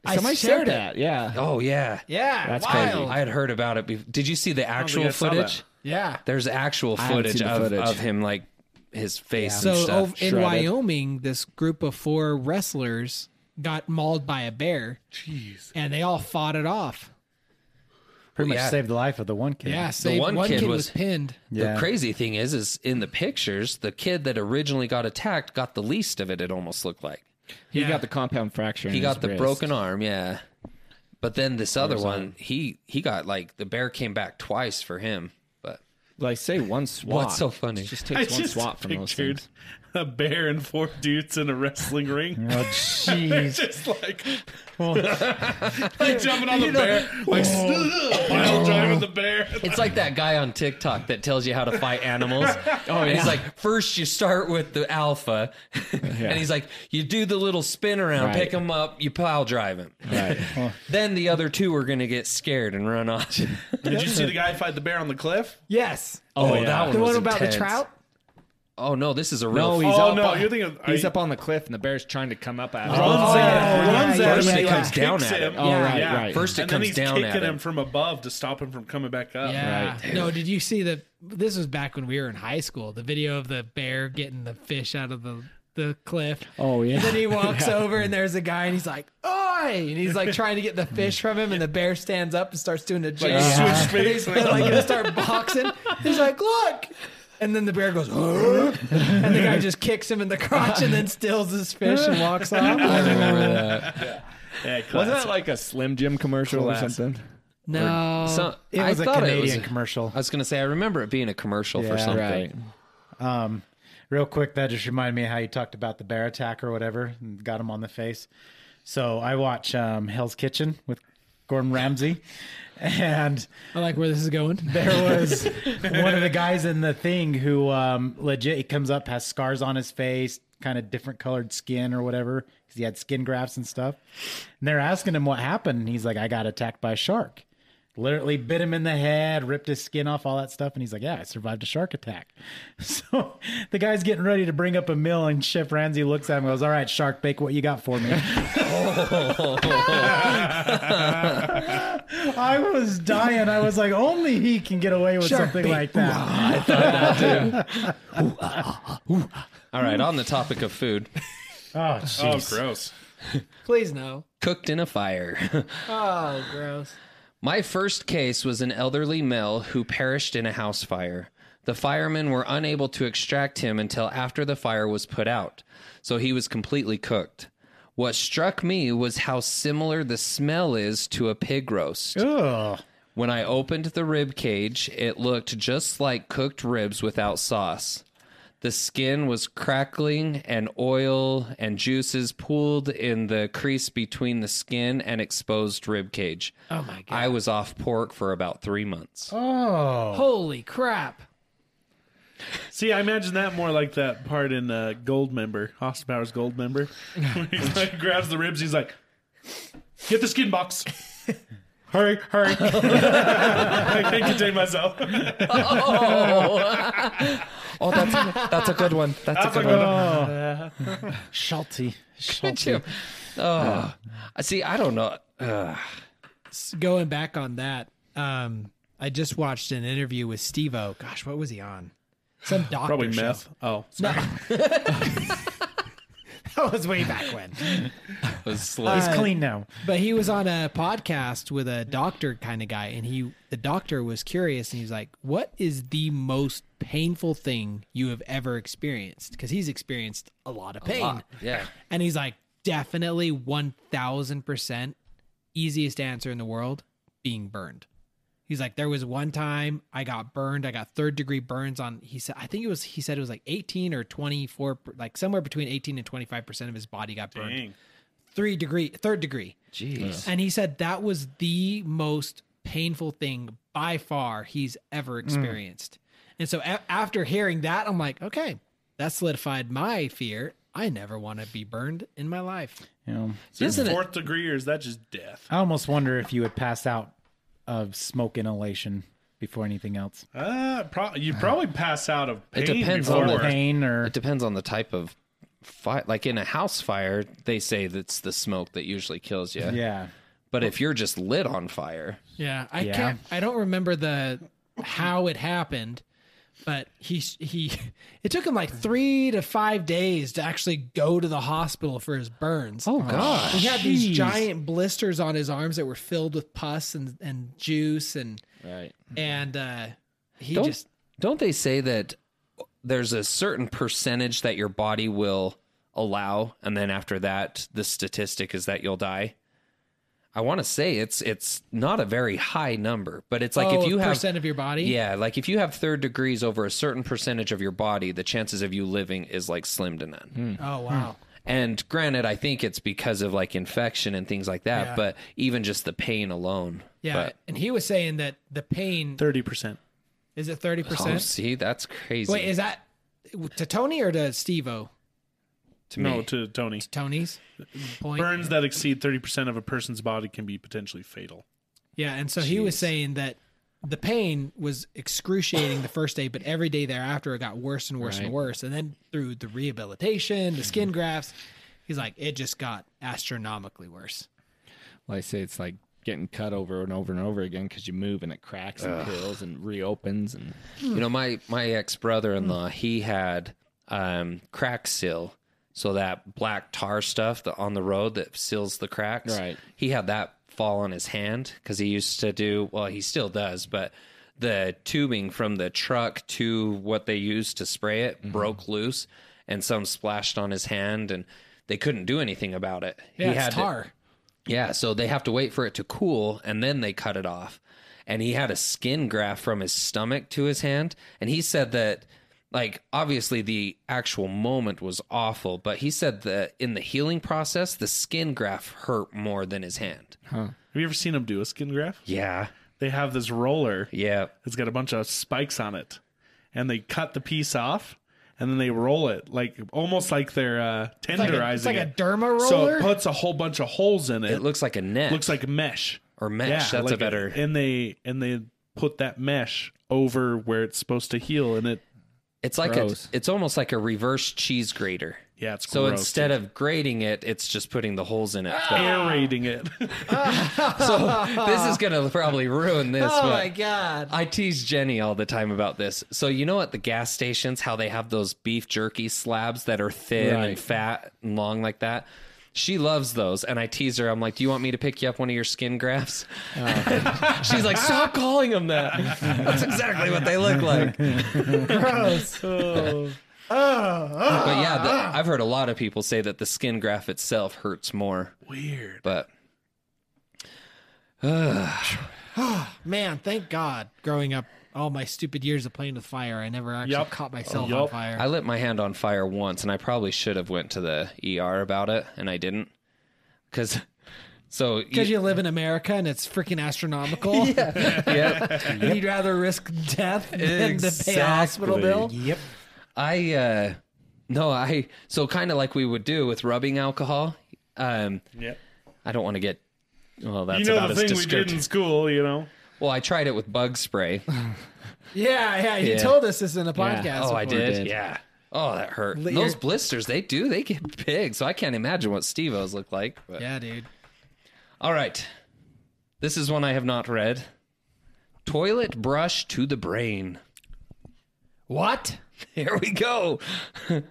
Speaker 4: Somebody
Speaker 5: shared
Speaker 4: said
Speaker 5: it.
Speaker 4: that. Yeah.
Speaker 1: Oh yeah,
Speaker 5: Yeah,
Speaker 4: That's
Speaker 5: wild.
Speaker 4: crazy.
Speaker 1: I had heard about it. Before. Did you see the
Speaker 2: think
Speaker 1: actual
Speaker 2: I saw that.
Speaker 1: footage?
Speaker 5: Yeah.
Speaker 1: There's actual
Speaker 4: haven't
Speaker 1: footage
Speaker 4: seen the
Speaker 1: of,
Speaker 4: footage.
Speaker 1: of him like his face and
Speaker 5: So
Speaker 1: stuff.
Speaker 2: oh,
Speaker 5: ov- in
Speaker 4: shredded.
Speaker 5: Wyoming, this group of four wrestlers got mauled by a bear,
Speaker 2: Jeez.
Speaker 5: and they all fought it off.
Speaker 3: Pretty
Speaker 1: Yeah.
Speaker 3: much saved the life of the one kid.
Speaker 5: Yeah, saved,
Speaker 1: one
Speaker 5: one,
Speaker 1: kid
Speaker 5: kid, was,
Speaker 1: was-
Speaker 5: pinned.
Speaker 1: The
Speaker 3: Yeah.
Speaker 1: crazy thing is, is in the pictures, the kid that originally got attacked got the least of it. It almost looked like
Speaker 4: He
Speaker 5: Yeah.
Speaker 4: got the compound fracture.
Speaker 1: he
Speaker 4: in
Speaker 1: got
Speaker 4: his
Speaker 1: the
Speaker 4: wrist.
Speaker 1: broken arm. Yeah, but then this other one, he he got like the bear came back twice for him. But
Speaker 4: Like say one swat.
Speaker 1: What's so funny?
Speaker 4: It just
Speaker 2: I
Speaker 4: takes one
Speaker 2: just
Speaker 4: swat from those
Speaker 2: pictured
Speaker 4: things.
Speaker 2: a bear and four dudes in a wrestling ring. [LAUGHS]
Speaker 3: Oh jeez.
Speaker 2: just like, like jumping on the bear, like [LAUGHS] pile driving the bear.
Speaker 1: It's like that guy on TikTok that tells you how to fight
Speaker 3: [LAUGHS]
Speaker 1: animals. oh, and he's like, first you start with the alpha, [LAUGHS] and he's like, you do the little spin around,
Speaker 4: Right.
Speaker 1: pick him up, you pile drive him.
Speaker 4: Right. [LAUGHS]
Speaker 1: Then the other two are gonna get scared and run
Speaker 3: [LAUGHS]
Speaker 1: off.
Speaker 2: Did you see the guy fight the bear on the cliff?
Speaker 5: Yes.
Speaker 1: [LAUGHS] Oh, that
Speaker 5: the
Speaker 1: was
Speaker 5: one about
Speaker 1: intense.
Speaker 5: the trout?
Speaker 1: Oh no, this is a
Speaker 4: No,
Speaker 1: real.
Speaker 4: he's
Speaker 2: oh
Speaker 4: up
Speaker 2: no,
Speaker 4: on,
Speaker 2: you're thinking of,
Speaker 4: he's
Speaker 2: I-
Speaker 4: up on the cliff and the bear's trying to come up at him.
Speaker 2: runs
Speaker 5: yeah,
Speaker 2: at him,
Speaker 5: yeah,
Speaker 2: runs
Speaker 5: yeah,
Speaker 2: at
Speaker 5: yeah, yeah, yeah.
Speaker 2: him, and
Speaker 1: First it
Speaker 2: like
Speaker 1: comes down at
Speaker 2: kicks him.
Speaker 1: him.
Speaker 4: Oh, right,
Speaker 2: yeah.
Speaker 4: right.
Speaker 1: First it
Speaker 2: and
Speaker 1: comes
Speaker 2: then he's
Speaker 1: down
Speaker 2: kicking
Speaker 1: at him.
Speaker 2: him from above to stop him from coming back up.
Speaker 5: Yeah.
Speaker 4: Right.
Speaker 5: No, did you see the? This was back when we were in high school. The video of the bear getting the fish out of the the cliff.
Speaker 4: Oh, yeah.
Speaker 5: And then
Speaker 4: [LAUGHS]
Speaker 5: he walks over and there's a guy and he's like, "Oi!" And he's like trying to get the fish from him, and the bear stands up and starts doing a jig.
Speaker 2: switch
Speaker 5: And
Speaker 2: face.
Speaker 5: he's like gonna start boxing. He's like, "Look!" And then the bear goes, "Huh?" and the guy just kicks him in the crotch and then steals his
Speaker 3: [LAUGHS]
Speaker 5: fish
Speaker 1: [LAUGHS]
Speaker 5: and walks off.
Speaker 1: remember that.
Speaker 2: Yeah,
Speaker 4: Wasn't
Speaker 2: classic.
Speaker 4: that like a Slim Jim commercial or
Speaker 2: Classic.
Speaker 4: something?
Speaker 5: No,
Speaker 1: So,
Speaker 3: It was
Speaker 1: I
Speaker 3: a
Speaker 1: thought
Speaker 3: Canadian
Speaker 1: it was.
Speaker 3: commercial.
Speaker 1: I was gonna say I remember it being a commercial for
Speaker 3: Yeah.
Speaker 1: something.
Speaker 3: Um, real quick, that just reminded me how you talked about the bear attack or whatever, and got him on the face. So I watch um, Hell's Kitchen with Gordon Ramsay, [LAUGHS] and
Speaker 5: I like where this is going.
Speaker 2: [LAUGHS]
Speaker 3: there was one of the guys in the thing who um, legit he comes up has scars on his face, kind of different colored skin or whatever, because he had skin grafts and stuff. And they're asking him what happened, and he's like, "I got attacked by a shark." Literally bit him in the head, ripped his skin off, all that stuff, and he's like, "Yeah, I survived a shark attack." [LAUGHS] So the guy's getting ready to bring up a meal, and Chef Ramsey looks at him and goes, "All right, shark, bake what you got for
Speaker 2: [LAUGHS]
Speaker 3: me." I was dying. I was like, "Only he can get away with something like that."
Speaker 1: All right, on the topic of food,
Speaker 3: Oh, jeez.
Speaker 2: Oh, gross.
Speaker 5: Please no.
Speaker 1: cooked in a fire. [LAUGHS]
Speaker 5: Oh, gross.
Speaker 1: My first case was an elderly male who perished in a house fire. The firemen were unable to extract him until after the fire was put out, so he was completely cooked. What struck me was how similar the smell is to a pig roast.
Speaker 3: Ugh.
Speaker 1: When I opened the rib cage, it looked just like cooked ribs without sauce. The skin was crackling, and oil and juices pooled in the crease between the skin and exposed rib cage. Oh my god! Oh. I was off pork for about three months.
Speaker 5: Holy crap.
Speaker 2: See, I imagine that more like that part in uh, Gold Member, Austin Powers Gold Member. [LAUGHS] he like, grabs the ribs, he's like, get the skin box. [LAUGHS] hurry, hurry.
Speaker 3: [LAUGHS]
Speaker 2: I can't contain myself. [LAUGHS]
Speaker 1: Oh, that's a, that's a good one. [LAUGHS] That's, a good one.
Speaker 3: Schulte.
Speaker 1: Good
Speaker 3: Schulte.
Speaker 1: job. Oh, I see. I don't know. Ugh.
Speaker 5: going back on that, um, I just watched an interview with Steve O. Gosh, what was he on? Some doctor.
Speaker 2: [SIGHS] Probably
Speaker 5: show.
Speaker 2: meth. Oh,
Speaker 3: [LAUGHS] That was way back when.
Speaker 1: It was slow.
Speaker 3: He's clean now.
Speaker 5: But he was on a podcast with a doctor kind of guy, and he the doctor was curious, and he's like, "What is the most painful thing you have ever experienced?" Because he's experienced a lot of pain.
Speaker 1: yeah.
Speaker 5: And he's like, definitely 1000% easiest answer in the world being burned. He's like, there was one time I got burned. I got third degree burns on, he said, I think it was, he said it was like 18 or 24, like somewhere between 18 and 25% of his body got burned.
Speaker 2: dang.
Speaker 5: Three degree, third degree. Jeez. And he said that was the most painful thing by far he's ever experienced. And so a- after hearing that, I'm like, okay, that solidified my fear. I never want to be burned in my life.
Speaker 3: Yeah.
Speaker 1: Isn't it?
Speaker 2: Fourth degree, or is that just death?
Speaker 3: I almost wonder if you would pass out of smoke inhalation before anything else.
Speaker 2: Uh, pro- you probably pass out of pain
Speaker 1: It depends
Speaker 2: before.
Speaker 1: on the
Speaker 3: Or pain or
Speaker 1: It depends on the type of fire. Like in a house fire, they say that's the smoke that usually kills you.
Speaker 3: yeah.
Speaker 1: But if you're just lit on fire,
Speaker 5: Yeah, I
Speaker 3: Yeah.
Speaker 5: can't. I don't remember the how it happened, but he he. [LAUGHS] It took him like three to five days to actually go to the hospital for his burns. Oh
Speaker 1: gosh.
Speaker 5: he had these
Speaker 3: Jeez.
Speaker 5: giant blisters on his arms that were filled with pus and and juice and
Speaker 4: Right.
Speaker 5: and uh, he
Speaker 1: don't,
Speaker 5: just
Speaker 1: don't they say that there's a certain percentage that your body will allow, and then after that, the statistic is that you'll die? I want to say it's it's not a very high number, but it's like
Speaker 5: oh,
Speaker 1: if you
Speaker 5: a
Speaker 1: have
Speaker 5: percent of your body.
Speaker 1: yeah, like if you have third degrees over a certain percentage of your body, the chances of you living is like slim to none.
Speaker 5: Oh wow.
Speaker 1: And granted, I think it's because of like infection and things like that,
Speaker 5: Yeah.
Speaker 1: but even just the pain alone.
Speaker 5: Yeah,
Speaker 1: But,
Speaker 5: and he was saying that the pain
Speaker 2: 30%.
Speaker 5: is it thirty
Speaker 1: oh,
Speaker 5: percent.
Speaker 1: see, that's crazy.
Speaker 5: Wait, is that to Tony or to Steve-O?
Speaker 1: to me.
Speaker 2: No, to Tony.
Speaker 5: Tony's point.
Speaker 2: Burns that exceed 30% of a person's body can be potentially fatal.
Speaker 5: Yeah, and so he was saying that the pain was excruciating the first day, but every day thereafter it got worse and worse and worse. And then through the rehabilitation, the skin grafts, he's like, it just got astronomically worse.
Speaker 4: Well, I say it's like getting cut over and over and over again because you move and it cracks and peels and reopens and
Speaker 1: You
Speaker 5: Hmm.
Speaker 1: know, my my ex brother in law, he had um, crack seal, so that black tar stuff that on the road that seals the cracks.
Speaker 4: Right.
Speaker 1: He had that fall on his hand because he used to do. Well, he still does, but the tubing from the truck to what they used to spray it
Speaker 5: Mm-hmm.
Speaker 1: broke loose, and some splashed on his hand, and they couldn't do anything about it.
Speaker 5: Yeah, it's
Speaker 1: to-
Speaker 5: tar.
Speaker 1: yeah, so they have to wait for it to cool and then they cut it off. And he had a skin graft from his stomach to his hand. And he said that, like, obviously the actual moment was awful, but he said that in the healing process, the skin graft hurt more than his hand.
Speaker 2: Have you ever seen him do a skin graft?
Speaker 1: Yeah.
Speaker 2: They have this roller.
Speaker 1: Yeah.
Speaker 2: It's got a bunch of spikes on it, and they cut the piece off, and then they roll it like almost like they're uh,
Speaker 5: Like
Speaker 2: tenderizing
Speaker 5: a, it's like a
Speaker 2: it.
Speaker 5: derma
Speaker 2: so
Speaker 5: roller.
Speaker 2: it puts a whole bunch of holes in it.
Speaker 1: It looks like a net.
Speaker 2: looks like mesh
Speaker 1: Or mesh, that's a better-
Speaker 2: and they and they put that mesh over where it's supposed to heal, and it
Speaker 1: it's like
Speaker 4: gross.
Speaker 1: a, it's almost like a reverse cheese grater.
Speaker 2: yeah, it's
Speaker 1: So
Speaker 2: gross,
Speaker 1: instead of grating it, it's just putting the holes
Speaker 2: [LAUGHS]
Speaker 1: in it.
Speaker 2: dude. aerating [LAUGHS] it.
Speaker 1: so [LAUGHS] this is gonna probably ruin this.
Speaker 5: oh
Speaker 1: but-
Speaker 5: my God.
Speaker 1: I tease Jenny all the time about this. So you know at the gas stations how they have those beef jerky slabs that are thin and
Speaker 4: Right.
Speaker 1: fat and long like that? She loves those, and I tease her. I'm like, "Do you want me to pick you up one of your skin grafts?" [LAUGHS] She's like, "Stop calling them that. That's exactly what they look like." [LAUGHS] But yeah, the, I've heard a lot of people say that the skin graft itself hurts more.
Speaker 2: Weird.
Speaker 1: But
Speaker 5: Man, thank God. Growing up, all my stupid years of playing with fire, I never actually
Speaker 2: Yup.
Speaker 5: caught myself on
Speaker 2: Yup.
Speaker 5: fire.
Speaker 1: I lit my hand on fire once, and I probably should have went to the ER about it, and I didn't, because so
Speaker 5: because you live in America and it's freaking [LAUGHS] astronomical,
Speaker 1: yeah,
Speaker 5: and you'd rather risk death than to pay
Speaker 1: Exactly.
Speaker 5: a hospital bill.
Speaker 3: Yep.
Speaker 1: I uh, no, I so kind of like we would do with rubbing alcohol. Um,
Speaker 2: Yep.
Speaker 1: I don't want to get well. That's
Speaker 2: You know
Speaker 1: about as
Speaker 2: the thing we did
Speaker 1: descriptive.
Speaker 2: in school, you
Speaker 1: [LAUGHS]
Speaker 2: know?
Speaker 1: Well, I tried it with bug
Speaker 2: [LAUGHS]
Speaker 1: spray.
Speaker 5: Yeah, yeah. You
Speaker 1: Yeah.
Speaker 5: told us this in a podcast.
Speaker 1: oh, I
Speaker 5: before.
Speaker 1: did? Yeah. Oh, that hurt.
Speaker 5: Li-
Speaker 1: Those
Speaker 5: your-
Speaker 1: blisters, they do. They get big. So I can't imagine what Steve-O's look like. But.
Speaker 5: Yeah, dude.
Speaker 1: All right. This is one I have not read. Toilet brush to the brain.
Speaker 5: What?
Speaker 1: [LAUGHS] Here we go. [LAUGHS]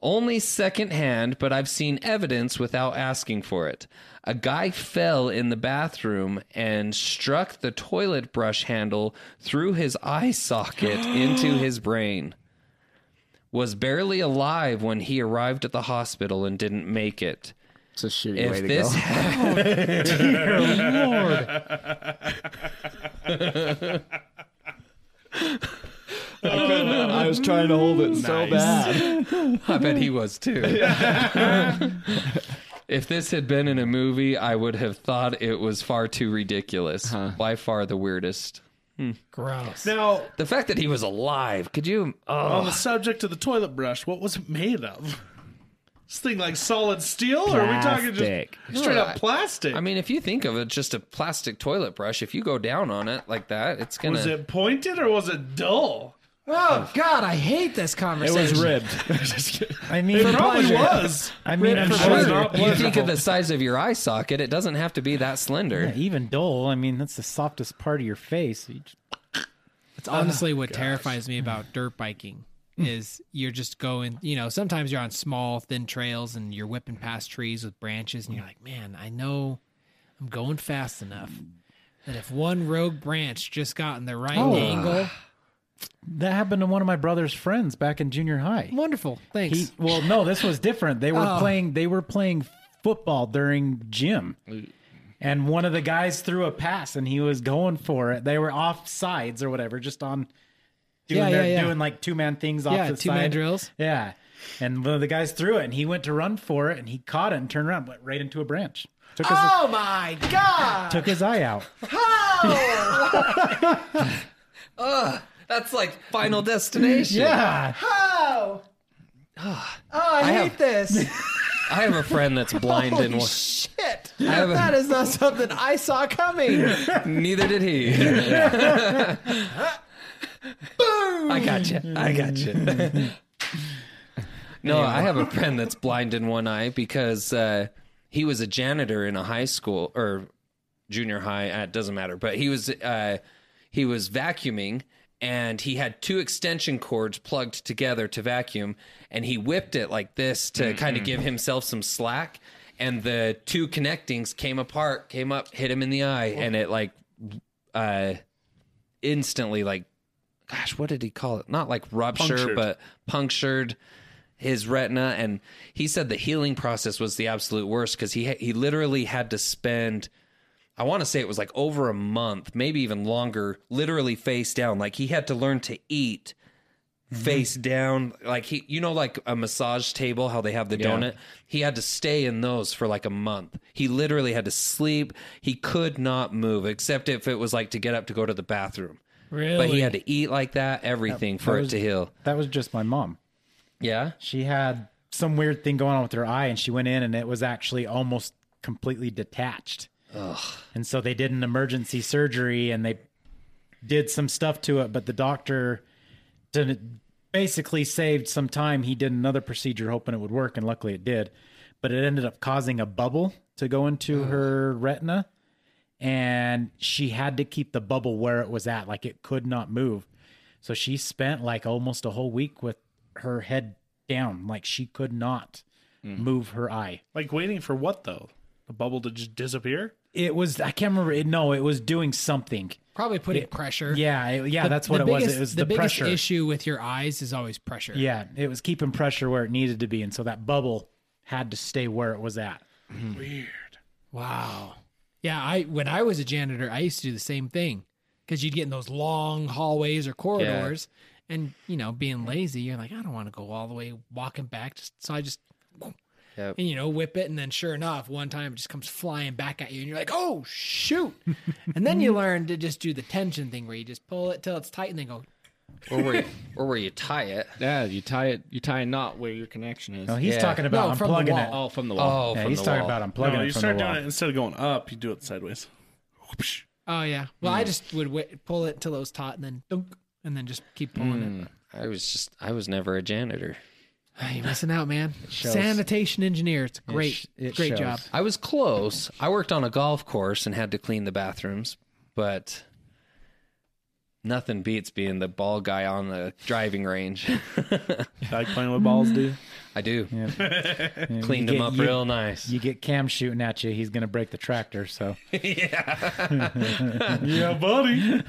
Speaker 1: Only secondhand, but I've seen evidence without asking for it. A guy fell in the bathroom and struck the toilet brush handle through his eye
Speaker 4: [GASPS]
Speaker 1: socket into his brain. Was barely alive when he arrived at the hospital and didn't make it.
Speaker 4: It's a shitty
Speaker 1: If this
Speaker 6: I was trying to hold it so bad.
Speaker 1: I bet he was
Speaker 2: [LAUGHS]
Speaker 1: too. [LAUGHS] if this had been in a movie, I would have thought it was far too ridiculous. By far the weirdest.
Speaker 5: Gross.
Speaker 2: Now,
Speaker 1: The fact that he was alive, could you? Oh,
Speaker 2: on the subject of the toilet brush, what was it made of? This thing like solid steel, or are we talking
Speaker 4: Plastic.
Speaker 2: just straight up plastic?
Speaker 1: I mean, if you think of it, just a plastic toilet brush. If you go down on it like that, it's gonna.
Speaker 2: was it pointed or was it dull?
Speaker 1: [LAUGHS]
Speaker 5: Oh God, I hate this
Speaker 6: It
Speaker 5: conversation.
Speaker 6: was ribbed.
Speaker 3: I mean,
Speaker 2: It probably
Speaker 3: pleasure.
Speaker 2: was.
Speaker 3: I mean, I'm
Speaker 2: for
Speaker 3: sure.
Speaker 2: pleasure. Not
Speaker 1: you think of the size of your eye socket, it doesn't have to be that slender.
Speaker 3: Even dull. I mean, that's the softest part of your face. You just-
Speaker 5: It's
Speaker 3: [LAUGHS]
Speaker 5: honestly
Speaker 3: Oh,
Speaker 5: what terrifies
Speaker 3: Hmm.
Speaker 5: me about dirt biking is you're just going, you know, sometimes you're on small, thin trails and you're whipping past trees with branches and you're like, man, I know I'm going fast enough that if one rogue branch just got in the right
Speaker 3: Oh. [SIGHS]
Speaker 5: angle,
Speaker 3: That happened to one of my brother's friends back in junior high.
Speaker 5: wonderful. Thanks.
Speaker 3: He, well, no, this was different. They were
Speaker 5: Oh.
Speaker 3: playing. They were playing football during gym, and one of the guys threw a pass, and he was going for it. They were off sides or whatever, just on doing
Speaker 5: Yeah,
Speaker 3: their,
Speaker 5: yeah, yeah.
Speaker 3: doing like two man things off
Speaker 5: Yeah,
Speaker 3: the
Speaker 5: two-man
Speaker 3: side.
Speaker 5: drills.
Speaker 3: Yeah, and one of the guys threw it, and he went to run for it, and he caught it and turned around, went right into a branch. Took his,
Speaker 5: oh my God.
Speaker 3: took his
Speaker 5: [LAUGHS]
Speaker 3: eye out.
Speaker 1: That's like Final Destination.
Speaker 3: Yeah, [SIGHS]
Speaker 1: I
Speaker 5: Oh, I
Speaker 1: have-
Speaker 5: hate this.
Speaker 1: I have a friend that's blind and one.
Speaker 3: [LAUGHS]
Speaker 5: Shit.
Speaker 1: have a-
Speaker 5: That is not something I saw coming.
Speaker 1: Neither did [LAUGHS] he. [LAUGHS] I got you. I got you. [LAUGHS] no, I have a friend that's blind in one eye because uh, he was a janitor in a high school or junior high. uh, It doesn't matter, but he was uh, he was vacuuming and he had two extension cords plugged together to vacuum, and he whipped it like this to kind of give himself some slack. And the two connectings came apart, came up, hit him in the eye, and it like uh instantly like gosh what did he call it not like rupture
Speaker 2: Punctured.
Speaker 1: but punctured his retina and he said the healing process was the absolute worst cuz he ha- he literally had to spend I want to say it was like over a month maybe even longer literally face down like he had to learn to eat
Speaker 3: Mm-hmm.
Speaker 1: face down like he you know like a massage table how they have the donut he had to stay in those for like a month he literally had to sleep he could not move except if it was like to get up to go to the bathroom
Speaker 5: Really?
Speaker 1: but he had to eat like that everything for it
Speaker 3: was-
Speaker 1: to heal
Speaker 3: that was just my mom.
Speaker 1: yeah
Speaker 3: she had some weird thing going on with her eye and she went in and it was actually almost completely detached and so they did an emergency surgery and they did some stuff to it but the doctor didn't basically saved some time he did another procedure hoping it would work and luckily it did but it ended up causing a bubble to go into her retina and she had to keep the bubble where it was at like it could not move so she spent like almost a whole week with her head down like she could not move her eye.
Speaker 2: Like waiting for what though? The bubble to just disappear?
Speaker 3: It was I can't remember. It, no, it was doing something.
Speaker 5: Probably putting pressure.
Speaker 3: Yeah, it- yeah,
Speaker 5: The-
Speaker 3: that's what
Speaker 5: the
Speaker 3: it was.
Speaker 5: biggest-
Speaker 3: It was
Speaker 5: the,
Speaker 3: the,
Speaker 5: biggest
Speaker 3: pressure.
Speaker 5: issue with your eyes is always pressure.
Speaker 3: Yeah, it was keeping pressure where it needed to be, and so that bubble had to stay where it was at.
Speaker 2: Weird.
Speaker 5: Wow. Yeah, I when I was a janitor, I used to do the same thing because you'd get in those long hallways or corridors, and you know, being lazy, you're like, I don't want to go all the way walking back, just so I just.
Speaker 1: Yep.
Speaker 5: And you know, whip it, and then sure enough, one time it just comes flying back at you, and you're like, "Oh shoot!" and then you learn to just do the tension thing, where you just pull it till it's tight, and then go.
Speaker 1: or where you, or where you tie it.
Speaker 4: [LAUGHS] Yeah, you tie it. You tie a knot where your connection is.
Speaker 3: No, he's
Speaker 1: Yeah.
Speaker 3: talking about
Speaker 5: No, from the
Speaker 3: unplugging it.
Speaker 5: wall.
Speaker 4: oh, from the wall.
Speaker 1: Oh,
Speaker 3: Yeah,
Speaker 1: from
Speaker 3: he's
Speaker 1: the
Speaker 3: talking
Speaker 1: wall.
Speaker 3: about unplugging
Speaker 2: No,
Speaker 3: it
Speaker 2: you
Speaker 3: from
Speaker 2: start
Speaker 3: the
Speaker 2: doing
Speaker 3: wall.
Speaker 2: it instead of going up, you do it sideways. Whoopsh.
Speaker 5: Oh yeah. Well, I just would w- pull it till it was taut, and then dunk, and then just keep pulling it.
Speaker 1: I was just I was never a janitor.
Speaker 5: Ah, You're missing out, man.
Speaker 3: shows.
Speaker 5: Sanitation engineer. It's a great,
Speaker 3: sh- it
Speaker 5: great
Speaker 3: shows.
Speaker 5: job.
Speaker 1: I was close. I worked on a golf course and had to clean the bathrooms, but nothing beats being the ball guy on the driving range. [LAUGHS]
Speaker 2: Like playing with balls, dude.
Speaker 1: I do. [LAUGHS]
Speaker 3: Yeah,
Speaker 1: Cleaned them
Speaker 3: you get-
Speaker 1: up
Speaker 3: you-
Speaker 1: real nice. [LAUGHS]
Speaker 3: You get Cam shooting at you, he's gonna break the tractor. So
Speaker 2: yeah, buddy.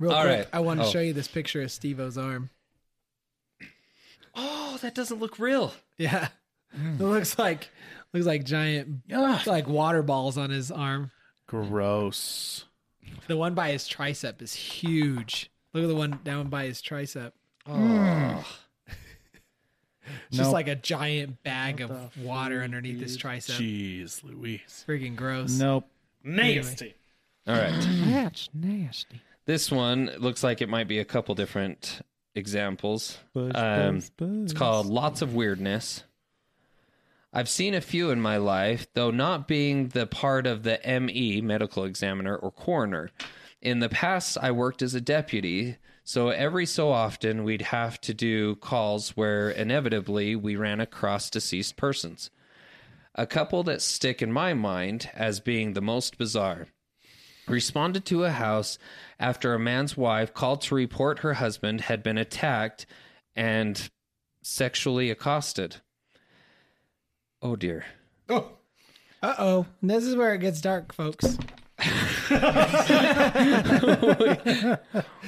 Speaker 5: Real
Speaker 1: All
Speaker 5: quick,
Speaker 1: right.
Speaker 5: I want to
Speaker 1: Oh.
Speaker 5: show you this picture of Steve O's arm. [LAUGHS]
Speaker 1: oh, that doesn't look real.
Speaker 5: Yeah.
Speaker 3: Mm.
Speaker 5: It looks like looks like giant
Speaker 3: Ugh.
Speaker 5: like water balls on his arm.
Speaker 2: Gross.
Speaker 5: The one by his tricep is huge. Look at the one down by his tricep.
Speaker 3: [LAUGHS]
Speaker 5: It's just
Speaker 3: Oh. Nope.
Speaker 5: like a giant bag of water underneath his tricep.
Speaker 2: Jeez Louise.
Speaker 5: Freaking gross.
Speaker 3: nope.
Speaker 2: Nasty.
Speaker 1: All right.
Speaker 5: That's nasty.
Speaker 1: This one looks like it might be a couple different examples. um, It's called Lots of Weirdness. I've seen a few in my life, though not being the part of the ME, medical examiner or coroner. In the past, I worked as a deputy, so every so often we'd have to do calls where inevitably we ran across deceased persons. A couple that stick in my mind as being the most bizarre responded to a house after a man's wife called to report her husband had been attacked and sexually accosted. Oh dear.
Speaker 5: Uh oh. This is where it gets dark, folks.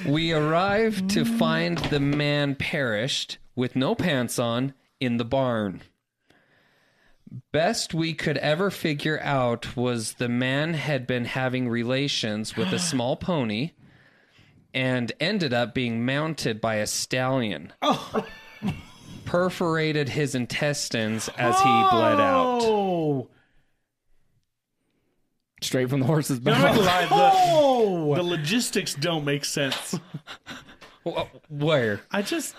Speaker 1: We arrived to find the man perished with no pants on in the barn. Best we could ever figure out was the man had been having relations with a small pony and ended up being mounted by a stallion. Perforated his intestines as he bled out.
Speaker 3: Oh,
Speaker 4: Straight from the horse's
Speaker 2: I'm not
Speaker 4: mouth.
Speaker 2: gonna lie, the,
Speaker 3: Oh.
Speaker 2: the logistics don't make sense.
Speaker 1: Wh- Where?
Speaker 2: I just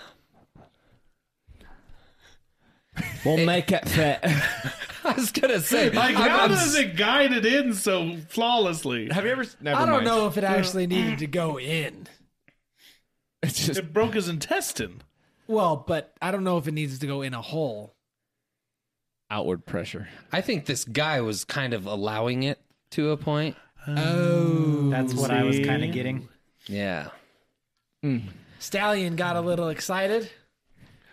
Speaker 4: we'll make it [LAUGHS] fit.
Speaker 1: I was gonna say.
Speaker 2: like
Speaker 1: I'm-
Speaker 2: how
Speaker 1: I'm
Speaker 2: does it guide it in so flawlessly?
Speaker 4: Have you ever? Never
Speaker 5: I don't
Speaker 4: mind.
Speaker 5: know if
Speaker 1: [SIGHS]
Speaker 5: it actually needed to go in.
Speaker 4: It's just
Speaker 2: It broke his intestine.
Speaker 5: Well, but I don't know if it needs to go in a hole.
Speaker 4: outward pressure.
Speaker 1: I think this guy was kind of allowing it to a point.
Speaker 5: Oh.
Speaker 3: that's what I was
Speaker 2: See?
Speaker 3: kind of getting.
Speaker 1: Yeah.
Speaker 5: Stallion got a little excited.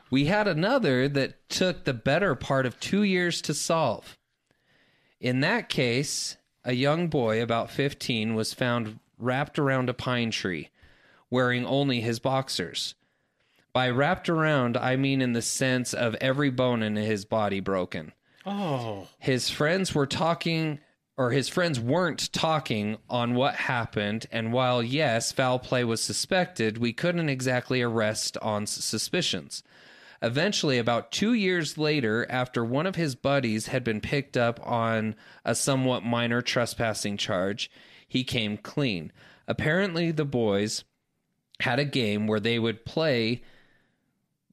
Speaker 1: We had another that took the better part of two years to solve. In that case, a young boy about 15 was found wrapped around a pine tree, wearing only his boxers. By wrapped around, I mean in the sense of every bone in his body broken.
Speaker 2: Oh,
Speaker 1: his friends were talking or his friends weren't talking on what happened and while yes foul play was suspected we couldn't exactly arrest on s- suspicions eventually about 2 years later after one of his buddies had been picked up on a somewhat minor trespassing charge he came clean apparently the boys had a game where they would play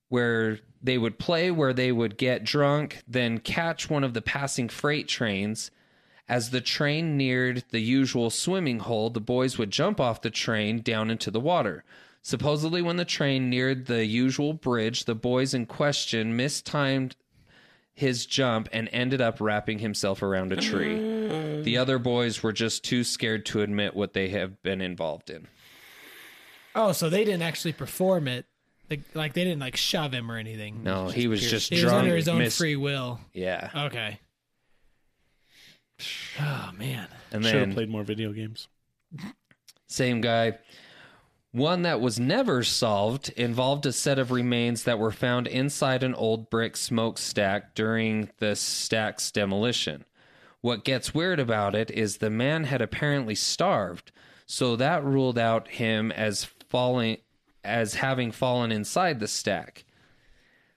Speaker 1: where they would play where they would get drunk, then catch one of the passing freight trains. As the train neared the usual swimming hole, the boys would jump off the train down into the water. Supposedly, when the train neared the usual bridge, the boys in question mistimed his jump and ended up wrapping himself around a tree. the other boys were just too scared to admit what they have been involved in.
Speaker 5: Oh, so they didn't actually perform it. The, like they didn't like shove him or anything.
Speaker 1: No, he was just
Speaker 5: He was
Speaker 1: drunk.
Speaker 5: under his own
Speaker 1: missed-
Speaker 5: free will.
Speaker 1: Yeah,
Speaker 5: Okay. Oh man.
Speaker 1: and
Speaker 2: Should have
Speaker 1: then
Speaker 2: played more video games.
Speaker 1: Same guy. One that was never solved involved a set of remains that were found inside an old brick smokestack during the stack's demolition. What gets weird about it is the man had apparently starved, so that ruled out him as falling as having fallen inside the stack.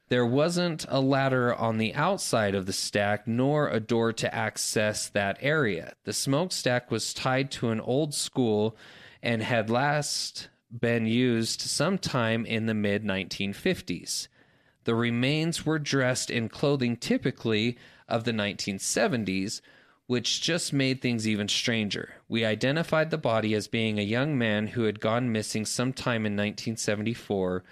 Speaker 1: There wasn't a ladder on the outside of the stack, nor a door to access that area. The smokestack was tied to an old school and had last been used sometime in the mid 1950s. The remains were dressed in clothing typically of the 1970s, which just made things even stranger. We identified the body as being a young man who had gone missing sometime in 1974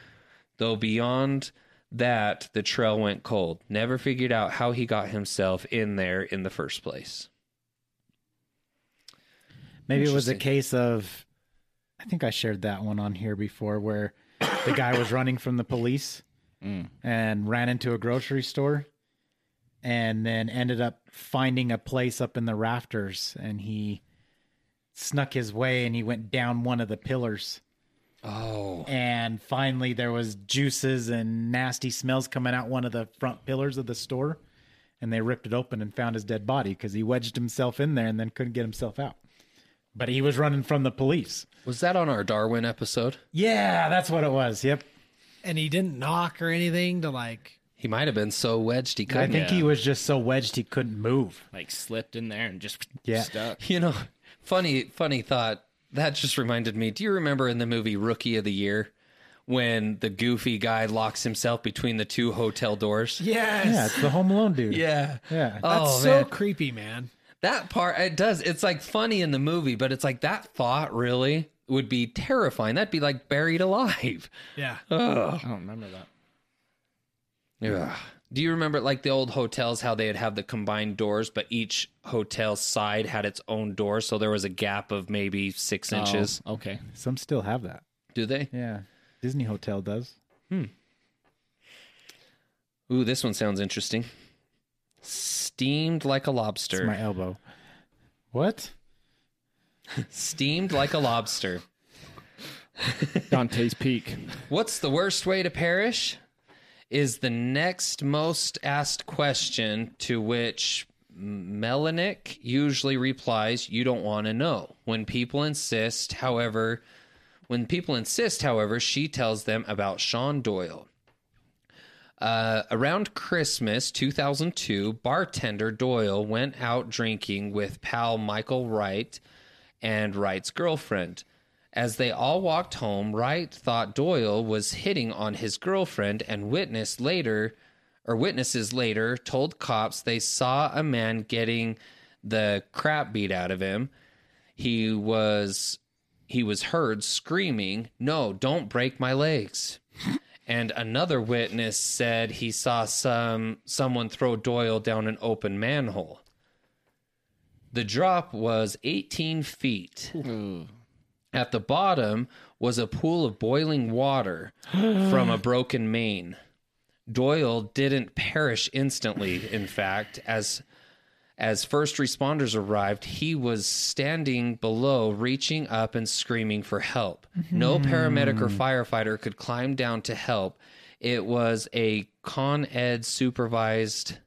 Speaker 1: though beyond that the trail went cold never figured out how he got himself in there in the first place
Speaker 3: Maybe it was a
Speaker 1: Interesting.
Speaker 3: case of, I think I shared that one on here before where the guy was running from the police and ran into a grocery store and then ended up finding a place up in the rafters and he snuck his way and he went down one of the pillars.
Speaker 1: oh
Speaker 3: And finally, there was juices and nasty smells coming out one of the front pillars of the store. And they ripped it open and found his dead body because he wedged himself in there and then couldn't get himself out. But he was running from the police.
Speaker 1: was that on our darwin episode
Speaker 3: Yeah, that's what it was. Yep.
Speaker 5: And he didn't knock or anything to like.
Speaker 1: he might have been so wedged he
Speaker 3: I
Speaker 1: couldn't
Speaker 3: think he was just so wedged he couldn't move.
Speaker 4: Like slipped in there and just
Speaker 3: Yeah.
Speaker 1: [LAUGHS]
Speaker 4: stuck.
Speaker 1: you know funny funny thought that just reminded me do you remember in the movie rookie of the year when the goofy guy locks himself between the two hotel doors
Speaker 5: Yes. Uh,
Speaker 3: Yeah, it's the Home Alone dude.
Speaker 1: yeah
Speaker 3: Yeah.
Speaker 5: That's
Speaker 1: oh
Speaker 5: so
Speaker 1: man
Speaker 5: creepy, man.
Speaker 1: That part it does. It's like funny in the movie, but it's like that thought really would be terrifying. That'd be like buried alive.
Speaker 5: Yeah.
Speaker 4: I don't remember that.
Speaker 1: Yeah. Do you remember like the old hotels how they'd have the combined doors, but each hotel side had its own door, so there was a gap of maybe six inches.
Speaker 4: Oh, okay.
Speaker 3: Some still have that.
Speaker 1: Do they?
Speaker 3: Yeah. Disney Hotel does.
Speaker 1: Ooh, this one sounds interesting. Steamed like a
Speaker 3: It's
Speaker 1: lobster.
Speaker 3: my elbow. What?
Speaker 1: Steamed like a lobster.
Speaker 4: Dante's Peak.
Speaker 1: What's the worst way to perish? Is the next most asked question to which Melanick usually replies, You don't want to know. When people insist, however, when people insist, however, she tells them about Sean Doyle. Uh, around Christmas 2002, bartender Doyle went out drinking with pal Michael Wright and Wright's girlfriend. As they all walked home, Wright thought Doyle was hitting on his girlfriend and witnessed later or witnesses later told cops they saw a man getting the crap beat out of him. He was he was heard screaming, "No, don't break my legs." [LAUGHS] and another witness said he saw some someone throw Doyle down an open manhole. The drop was 18 feet. At the bottom was a pool of boiling water from a broken main. Doyle didn't perish instantly, in fact, as as first responders arrived, he was standing below, reaching up and screaming for help. No paramedic or firefighter could climb down to help. It was a con ed supervised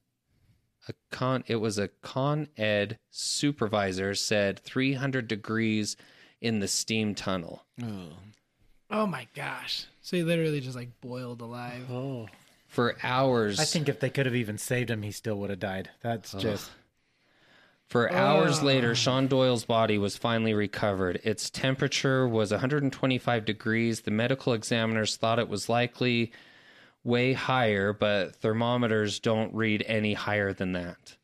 Speaker 1: a con it was a con ed supervisor said 300 degrees in the steam tunnel.
Speaker 5: Oh my gosh. So he literally just like boiled alive.
Speaker 3: [SIGHS]
Speaker 1: For hours
Speaker 3: I think if they could have even saved him, he still would have died. That's just.
Speaker 1: For hours later, Sean Doyle's body was finally recovered. Its temperature was 125 degrees. The medical examiners thought it was likely way higher, but thermometers don't read any higher than that.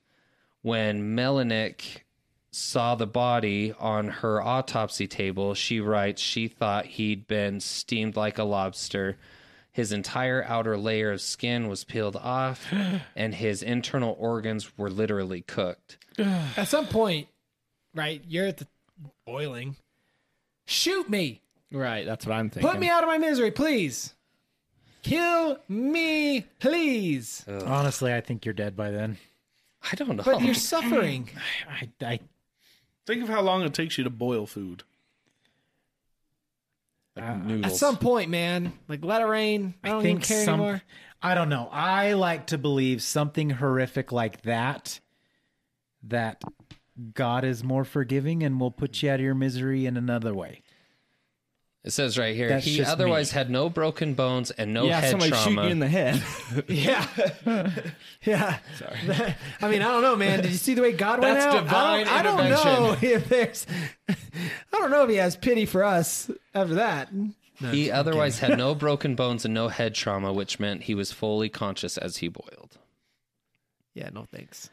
Speaker 1: When Melanick saw the body on her autopsy table, she writes she thought he'd been steamed like a lobster. His entire outer layer of skin was peeled off, and his internal organs were literally cooked.
Speaker 5: At some point, right? You're at the boiling. Shoot me.
Speaker 4: Right, that's what I'm thinking.
Speaker 5: Put me out of my misery, please. Kill me, please.
Speaker 3: Honestly, I think you're dead by then.
Speaker 1: I don't know.
Speaker 5: But you're suffering.
Speaker 3: I, I
Speaker 2: Think of how long it takes you to boil food.
Speaker 1: Like
Speaker 5: At
Speaker 1: noodles.
Speaker 5: some point, man, like let it rain. I don't even care
Speaker 3: [LAUGHS]
Speaker 5: anymore.
Speaker 3: I don't know. I like to believe something horrific like that. That God is more forgiving and will put you out of your misery in another way.
Speaker 1: It says right here,
Speaker 3: That's
Speaker 1: he
Speaker 3: just
Speaker 1: otherwise had no broken bones and no
Speaker 4: yeah,
Speaker 1: head
Speaker 4: somebody shoot
Speaker 1: trauma.
Speaker 4: you in the [LAUGHS] head.
Speaker 5: Yeah. yeah. Sorry. [LAUGHS] I mean, I don't know, man. Did you see the way God went
Speaker 1: That's
Speaker 5: out? I
Speaker 1: divine
Speaker 5: don't, I don't know [LAUGHS] if there's I don't know if he has pity for us after that.
Speaker 1: he otherwise had no broken bones and no head trauma, which meant he was fully conscious as he boiled.
Speaker 5: Yeah, no thanks.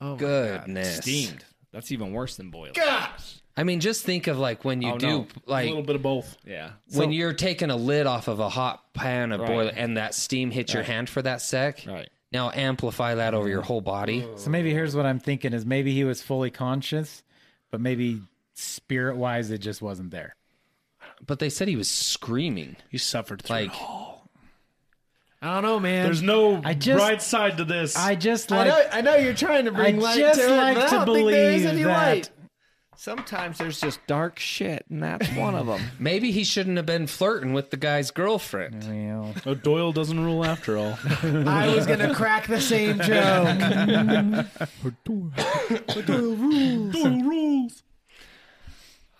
Speaker 5: Oh my
Speaker 1: Goodness.
Speaker 4: Steamed. That's even worse than boiled.
Speaker 1: I mean, just think of like when you
Speaker 4: Oh,
Speaker 1: do
Speaker 4: no.
Speaker 2: A
Speaker 1: like
Speaker 2: little bit of both.
Speaker 4: Yeah.
Speaker 1: when you're taking a lid off of a hot pan of
Speaker 4: Right.
Speaker 1: boil and that steam hits your hand for that sec.
Speaker 4: Right.
Speaker 1: Now amplify that over your whole body.
Speaker 3: So maybe here's what I'm thinking is maybe he was fully conscious, but maybe spirit wise it just wasn't there.
Speaker 1: But they said he was screaming.
Speaker 2: You suffered through
Speaker 1: Like
Speaker 2: it all.
Speaker 5: I don't know, man.
Speaker 2: [LAUGHS] There's no
Speaker 3: I just-
Speaker 2: bright side to this.
Speaker 3: I just
Speaker 5: I
Speaker 3: like
Speaker 5: know I know you're trying to
Speaker 3: I
Speaker 5: bring light
Speaker 3: just
Speaker 5: to it,
Speaker 3: like
Speaker 5: but I
Speaker 3: to
Speaker 5: don't think there is
Speaker 3: believe
Speaker 5: any
Speaker 3: that
Speaker 5: light.
Speaker 4: Sometimes there's just dark shit, and that's one of them.
Speaker 1: maybe he shouldn't have been flirting with the guy's girlfriend.
Speaker 3: Well,
Speaker 2: oh, Doyle doesn't rule after all.
Speaker 4: [LAUGHS]
Speaker 5: I was gonna crack the
Speaker 3: [LAUGHS]
Speaker 5: same joke.
Speaker 2: Doyle rules.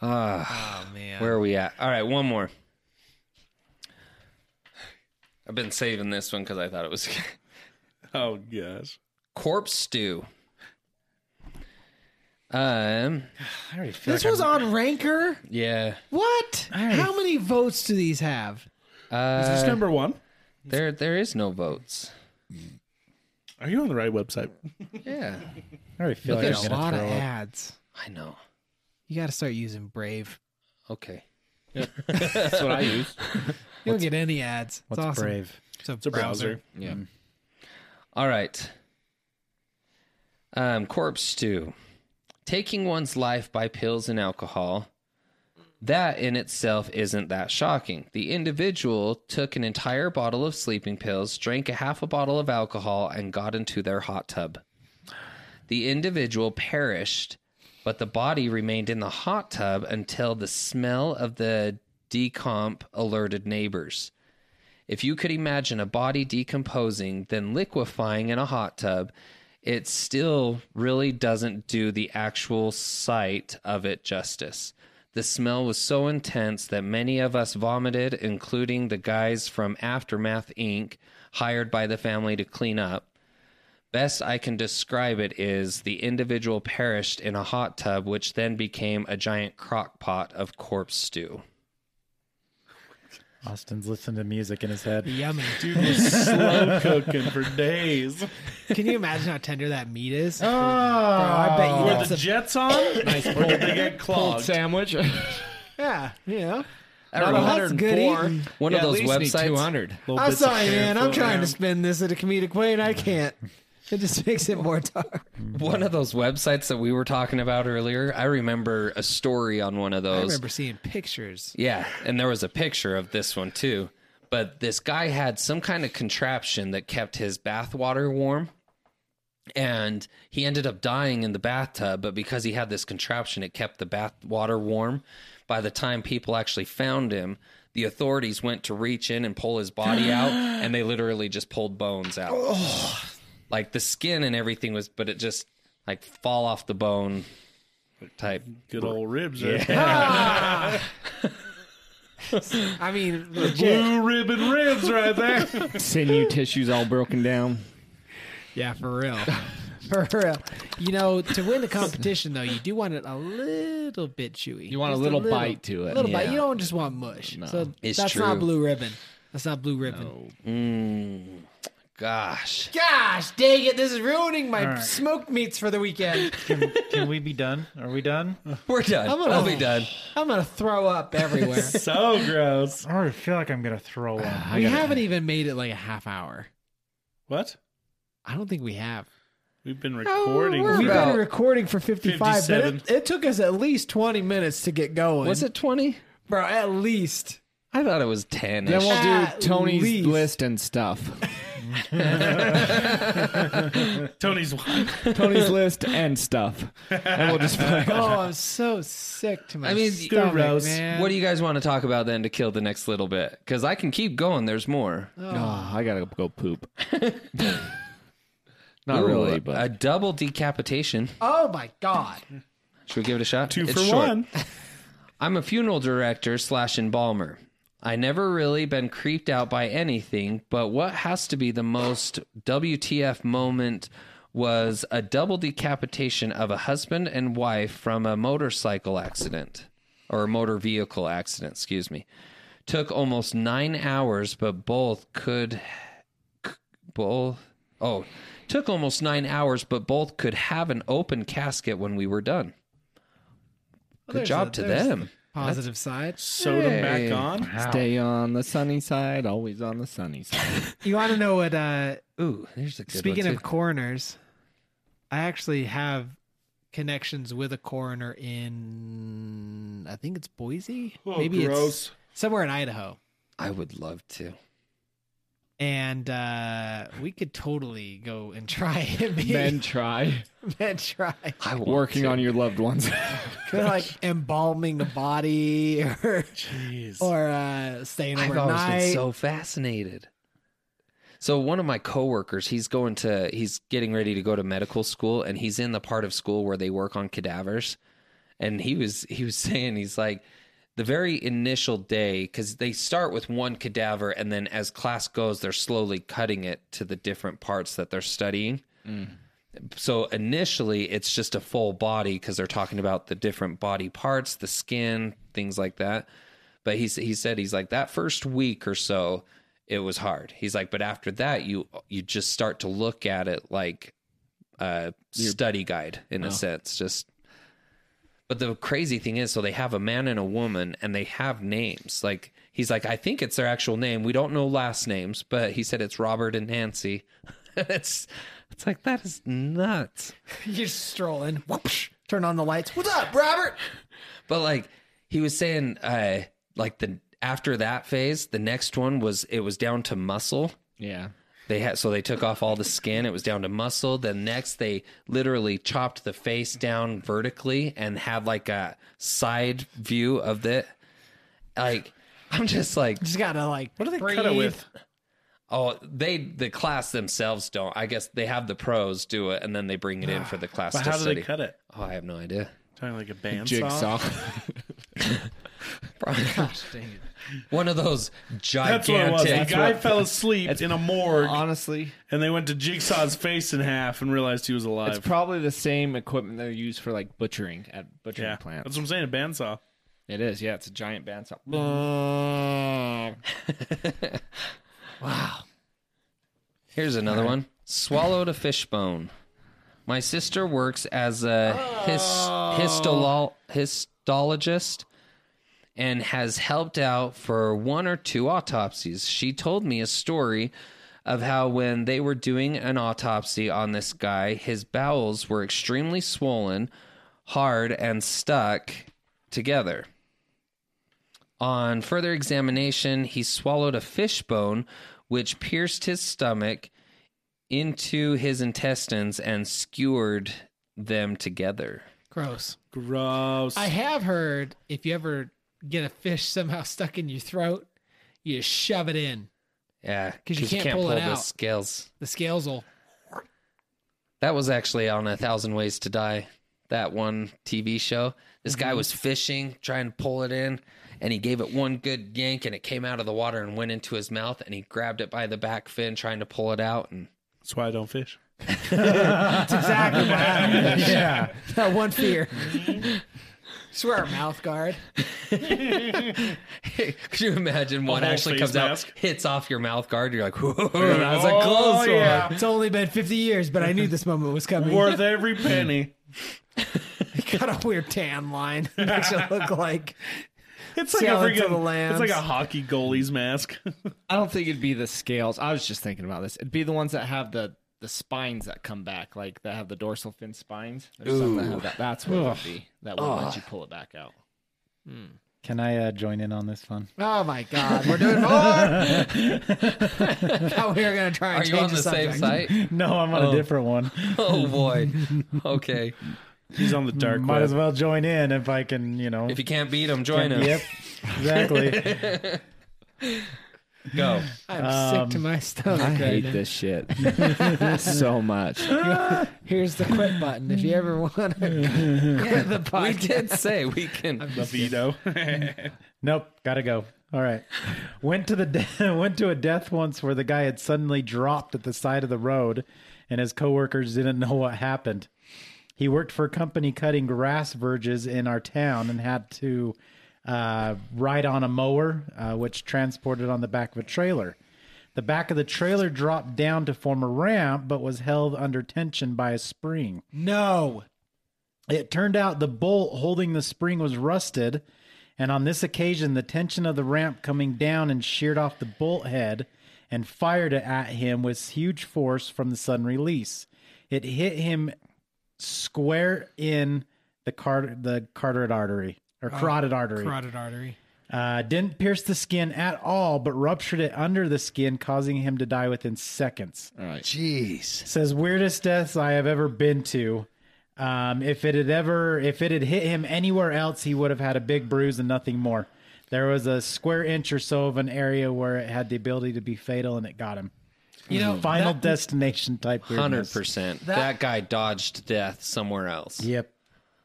Speaker 5: Oh man.
Speaker 1: Where are we at? All right, one more. I've been saving this one because I thought it was [LAUGHS]
Speaker 2: Oh gosh.
Speaker 1: corpse stew. Um.
Speaker 3: I already feel
Speaker 5: This
Speaker 3: like
Speaker 5: was on Ranker?
Speaker 1: Yeah.
Speaker 5: What? How many votes do these have?
Speaker 2: Is this number one?
Speaker 1: There. There is no votes.
Speaker 2: Are you on the right website?
Speaker 1: Yeah.
Speaker 3: I'm, I already feel
Speaker 1: But
Speaker 3: like I'm
Speaker 1: there's
Speaker 5: A
Speaker 1: a
Speaker 3: gonna
Speaker 5: lot of
Speaker 3: throw up.
Speaker 5: ads.
Speaker 1: I know.
Speaker 5: You got to start using Brave.
Speaker 1: Okay.
Speaker 4: That's what I use.
Speaker 5: You don't get any ads.
Speaker 3: What's
Speaker 5: it's awesome.
Speaker 3: brave?
Speaker 5: It's a,
Speaker 2: It's a browser.
Speaker 1: Yeah. All right. Um, corpse stew. Taking one's life by pills and alcohol. That in itself isn't that shocking. The individual took an entire bottle of sleeping pills, drank a half a bottle of alcohol, and got into their hot tub. The individual perished, but the body remained in the hot tub until the smell of the decomp alerted neighbors. If you could imagine a body decomposing, then liquefying in a hot tub, it still really doesn't do the actual sight of it justice. The smell was so intense that many of us vomited, including the guys from Aftermath Inc., hired by the family to clean up. Best I can describe it is the individual perished in a hot tub, which then became a giant crock pot of corpse stew.
Speaker 3: Austin's listening to music in his head.
Speaker 5: Yummy.
Speaker 2: Dude was
Speaker 5: [LAUGHS]
Speaker 2: slow cooking for days.
Speaker 5: Can you imagine how tender that meat is?
Speaker 3: Oh,
Speaker 5: I bet you
Speaker 2: Were
Speaker 5: that's
Speaker 2: the
Speaker 5: a-
Speaker 2: Jets on? nice pull. They get clogged.
Speaker 4: sandwich. [LAUGHS]
Speaker 5: yeah, yeah.
Speaker 1: Not
Speaker 5: Well, that's good eating.
Speaker 1: One of those websites.
Speaker 4: 200.
Speaker 5: I'm sorry, man. I'm trying to spin this in a comedic way, and I can't. It just makes it more dark.
Speaker 1: One of those websites that we were talking about earlier. I remember a story on one of
Speaker 5: I
Speaker 1: those.
Speaker 5: remember seeing pictures.
Speaker 1: Yeah, and there was a picture of this one too. But this guy had some kind of contraption that kept his bathwater warm. And he ended up dying in the bathtub, but because he had this contraption, it kept the bath water warm. By the time people actually found him, the authorities went to reach in and pull his body out, and they literally just pulled bones out. Like the skin and everything was, but it just like fall off the bone type.
Speaker 2: Good old ribs. right there.
Speaker 5: I mean, legit.
Speaker 2: Blue ribbon ribs right there.
Speaker 4: Sinew tissues all broken [LAUGHS] down.
Speaker 5: Yeah, for real. [LAUGHS] For real. You know, to win the competition, though, you do want it a little bit chewy.
Speaker 4: You want a
Speaker 5: Just
Speaker 4: little bite to it.
Speaker 5: little bite.
Speaker 4: Yeah.
Speaker 5: You don't just want mush. So
Speaker 1: It's
Speaker 5: that's not
Speaker 1: true.
Speaker 5: blue ribbon. That's not blue ribbon.
Speaker 1: Mm. Gosh.
Speaker 5: Gosh, dang it! This is ruining my smoked meats for the weekend. [LAUGHS]
Speaker 3: Can, can we be done? Are we done?
Speaker 1: We're done.
Speaker 5: gonna-
Speaker 1: I'll be done.
Speaker 5: I'm gonna throw up
Speaker 4: [LAUGHS]
Speaker 5: everywhere.
Speaker 2: [LAUGHS] so gross.
Speaker 3: I already feel like I'm gonna throw [SIGHS] up.
Speaker 5: we haven't even made it like a half hour.
Speaker 2: What?
Speaker 5: I don't think we have.
Speaker 2: We've been recording.
Speaker 1: we're
Speaker 2: for-
Speaker 5: We've
Speaker 1: about-
Speaker 5: been recording for 55, but
Speaker 2: 57.
Speaker 5: it, it took us at least 20 minutes to get going.
Speaker 1: Was it 20?
Speaker 5: bro? At least
Speaker 1: I thought it was 10
Speaker 4: Then we'll do
Speaker 5: At
Speaker 4: Tony's
Speaker 5: least.
Speaker 4: list and [LAUGHS] stuff.
Speaker 2: Tony's wife.
Speaker 4: Tony's list and stuff. And we'll
Speaker 1: [LAUGHS]
Speaker 4: just play.
Speaker 5: Oh, I'm so sick to my
Speaker 1: I mean,
Speaker 5: stomach,
Speaker 2: gross.
Speaker 5: man.
Speaker 1: What do you guys want to talk about then to kill the next little bit? Because I can keep going. There's more.
Speaker 4: Oh, I gotta go poop. Not
Speaker 1: Ooh,
Speaker 4: really, but
Speaker 1: a double decapitation.
Speaker 5: oh my god.
Speaker 1: Should we give it a shot?
Speaker 2: Two
Speaker 1: It's
Speaker 2: for
Speaker 1: short.
Speaker 2: one.
Speaker 1: I'm a funeral director slash embalmer. I never really been creeped out by anything, but what has to be the most WTF moment was a double decapitation of a husband and wife from a motorcycle accident or motor vehicle accident, excuse me. Took almost 9 hours, but both could both oh, took almost 9 hours, but both could have an open casket when we were done. Good
Speaker 5: there's
Speaker 1: job
Speaker 5: a-
Speaker 1: to
Speaker 5: there's
Speaker 1: them.
Speaker 5: Positive side.
Speaker 2: Sewed them back on.
Speaker 4: stay on the sunny side, always on the sunny side.
Speaker 5: You want to know what? Uh,
Speaker 1: Ooh, there's a good
Speaker 5: speaking
Speaker 1: one
Speaker 5: of coroners, I actually have connections with a coroner in, I think it's Boise,
Speaker 2: Oh,
Speaker 5: maybe
Speaker 2: gross.
Speaker 5: it's somewhere in Idaho,
Speaker 1: I would love to.
Speaker 5: and uh, we could totally go and try [LAUGHS] it.
Speaker 4: [LAUGHS] Then try
Speaker 5: then try.
Speaker 1: I want
Speaker 4: working on your loved ones. [LAUGHS]
Speaker 5: They're like embalming a body [LAUGHS] or
Speaker 2: Oh,
Speaker 5: or uh, staying
Speaker 1: I've always been
Speaker 5: overnight.
Speaker 1: so fascinated. So one of my coworkers, he's going to, he's getting ready to go to medical school, and he's in the part of school where they work on cadavers. And he was, he was [LAUGHS] saying, he's like, the very initial day, because they start with one cadaver, and then as class goes, they're slowly cutting it to the different parts that they're studying. so initially it's just a full body because they're talking about the different body parts the skin things like that but he, s- he said he's like that first week or so it was hard he's like but after that you you just start to look at it like a study guide in a sense just but the crazy thing is so they have a man and a woman and they have names like he's like i think it's their actual name we don't know last names but he said it's robert and nancy [LAUGHS] it's it's like that is nuts
Speaker 5: You're strolling. Whoopsh, turn on the lights. What's up, Robert?
Speaker 1: But like he was saying, uh, like the after that phase, the next one was it was down to muscle.
Speaker 4: yeah.
Speaker 1: They had so they took off all the skin. It was down to muscle. Then next they literally chopped the face down vertically and had like a side view of it. Like I'm just like
Speaker 5: Just gotta like. What are they
Speaker 2: Cut it with.
Speaker 1: oh they the class themselves don't. I guess they have the pros do it and then they bring it in for the class
Speaker 2: But
Speaker 1: to
Speaker 2: how do
Speaker 1: study.
Speaker 2: they cut it?
Speaker 1: Oh, I have no idea.
Speaker 2: Talking like a bandsaw.
Speaker 4: Jigsaw.
Speaker 1: One of those
Speaker 2: That's what it was.
Speaker 1: gigantic
Speaker 2: The guy fell asleep in a morgue,
Speaker 4: Honestly,
Speaker 2: and they went to Jigsaw's face in half and realized he was
Speaker 4: it's
Speaker 2: alive.
Speaker 4: probably the same equipment they use for like butchering at butchering
Speaker 2: yeah, that's
Speaker 4: plants.
Speaker 2: what I'm saying. A bandsaw.
Speaker 4: It is. Yeah, it's a giant bandsaw.
Speaker 1: Here's another one. Swallowed a fishbone. My sister works as a his, histolo- histologist and has helped out for one or two autopsies. She told me a story of how when they were doing an autopsy on this guy, his bowels were extremely swollen, hard, and stuck together. On further examination, he swallowed a fish bone, which pierced his stomach into his intestines and skewered them together.
Speaker 5: Gross.
Speaker 2: Gross.
Speaker 5: I have heard if you ever get a fish somehow [LAUGHS] stuck in your throat, you shove it in.
Speaker 1: Yeah,
Speaker 5: 'Cause you can't pull it
Speaker 1: the
Speaker 5: out.
Speaker 1: scales.
Speaker 5: The scales will. [LAUGHS]
Speaker 1: That was actually on A Thousand Ways to Die, that one TV show. This
Speaker 5: Mm-hmm.
Speaker 1: guy was fishing, trying to pull it in, and he gave it one good yank, and it came out of the water and went into his mouth, and he grabbed it by the back fin, trying to pull it out, and
Speaker 2: that's why I don't fish.
Speaker 5: That's exactly what happened.
Speaker 3: yeah.
Speaker 5: That one fear. [LAUGHS] Swear, mouth guard.
Speaker 1: [LAUGHS] Could you imagine one
Speaker 2: whole
Speaker 1: actually
Speaker 2: face
Speaker 1: comes
Speaker 2: mask?
Speaker 1: out, hits off your mouth guard? You're like, [LAUGHS] whoa, that was
Speaker 5: Oh,
Speaker 1: a close one.
Speaker 5: It's only been 50 years, but I knew this moment was coming. [LAUGHS]
Speaker 2: [LAUGHS] Worth every penny.
Speaker 5: Got a weird tan line. [LAUGHS] Makes it look like
Speaker 2: It's like
Speaker 5: Sell
Speaker 2: a
Speaker 5: it to the
Speaker 2: freaking. It's
Speaker 5: lambs.
Speaker 2: like a hockey goalie's mask.
Speaker 4: I don't think it'd be the scales. I was just thinking about this. It'd be the ones that have the the spines that come back, like that have the dorsal fin spines. There's some that have that. That's what it would be. That would let you pull it back out.
Speaker 3: Can I uh, join in on this fun?
Speaker 5: Oh my God, we're doing [LAUGHS] more. I thought we were gonna try and
Speaker 1: Are
Speaker 5: change
Speaker 1: you on the
Speaker 5: subject.
Speaker 1: same site? [LAUGHS]
Speaker 3: [LAUGHS] No, I'm on
Speaker 1: Oh.
Speaker 3: a different one.
Speaker 1: Oh boy. Okay.
Speaker 2: [LAUGHS] He's on the dark
Speaker 3: Might
Speaker 2: web.
Speaker 3: as well join in if I can, you know.
Speaker 1: If you can't beat them, join them. [LAUGHS]
Speaker 3: Yep, exactly.
Speaker 5: [LAUGHS]
Speaker 1: Go.
Speaker 5: I'm sick
Speaker 1: Um,
Speaker 5: to my stomach.
Speaker 4: I
Speaker 5: right
Speaker 4: hate [LAUGHS]
Speaker 5: now.
Speaker 4: this shit so much.
Speaker 5: Here's the quit button if you
Speaker 1: [LAUGHS]
Speaker 5: ever want to quit the
Speaker 1: We
Speaker 5: podcast.
Speaker 1: did say we
Speaker 5: [LAUGHS]
Speaker 1: can.
Speaker 2: the veto.
Speaker 3: [LAUGHS] Nope, gotta go. All right. Went to the de- [LAUGHS] went to a death once where the guy had suddenly dropped at the side of the road, and his coworkers didn't know what happened. He worked for a company cutting grass verges in our town and had to uh, ride on a mower, uh, which transported on the back of a trailer. The back of the trailer dropped down to form a ramp, but was held under tension by a spring.
Speaker 5: No.
Speaker 3: It turned out the bolt holding the spring was rusted, and on this occasion, the tension of the ramp coming down and sheared off the bolt head and fired it at him with huge force from the sudden release. It hit him square in the car- the carotid artery or carotid artery.
Speaker 5: Carotid artery.
Speaker 3: Uh, didn't pierce the skin at all, but ruptured it under the skin, causing him to die within seconds.
Speaker 4: All right.
Speaker 5: Jeez.
Speaker 3: Says weirdest deaths I have ever been to. Um, if it had ever, if it had hit him anywhere else, he would have had a big bruise and nothing more. There was a square inch or so of an area where it had the ability to be fatal, and it got him.
Speaker 5: You know,
Speaker 3: Final
Speaker 5: that-
Speaker 3: destination type weirdness.
Speaker 1: 100%. That guy dodged death somewhere else.
Speaker 3: Yep.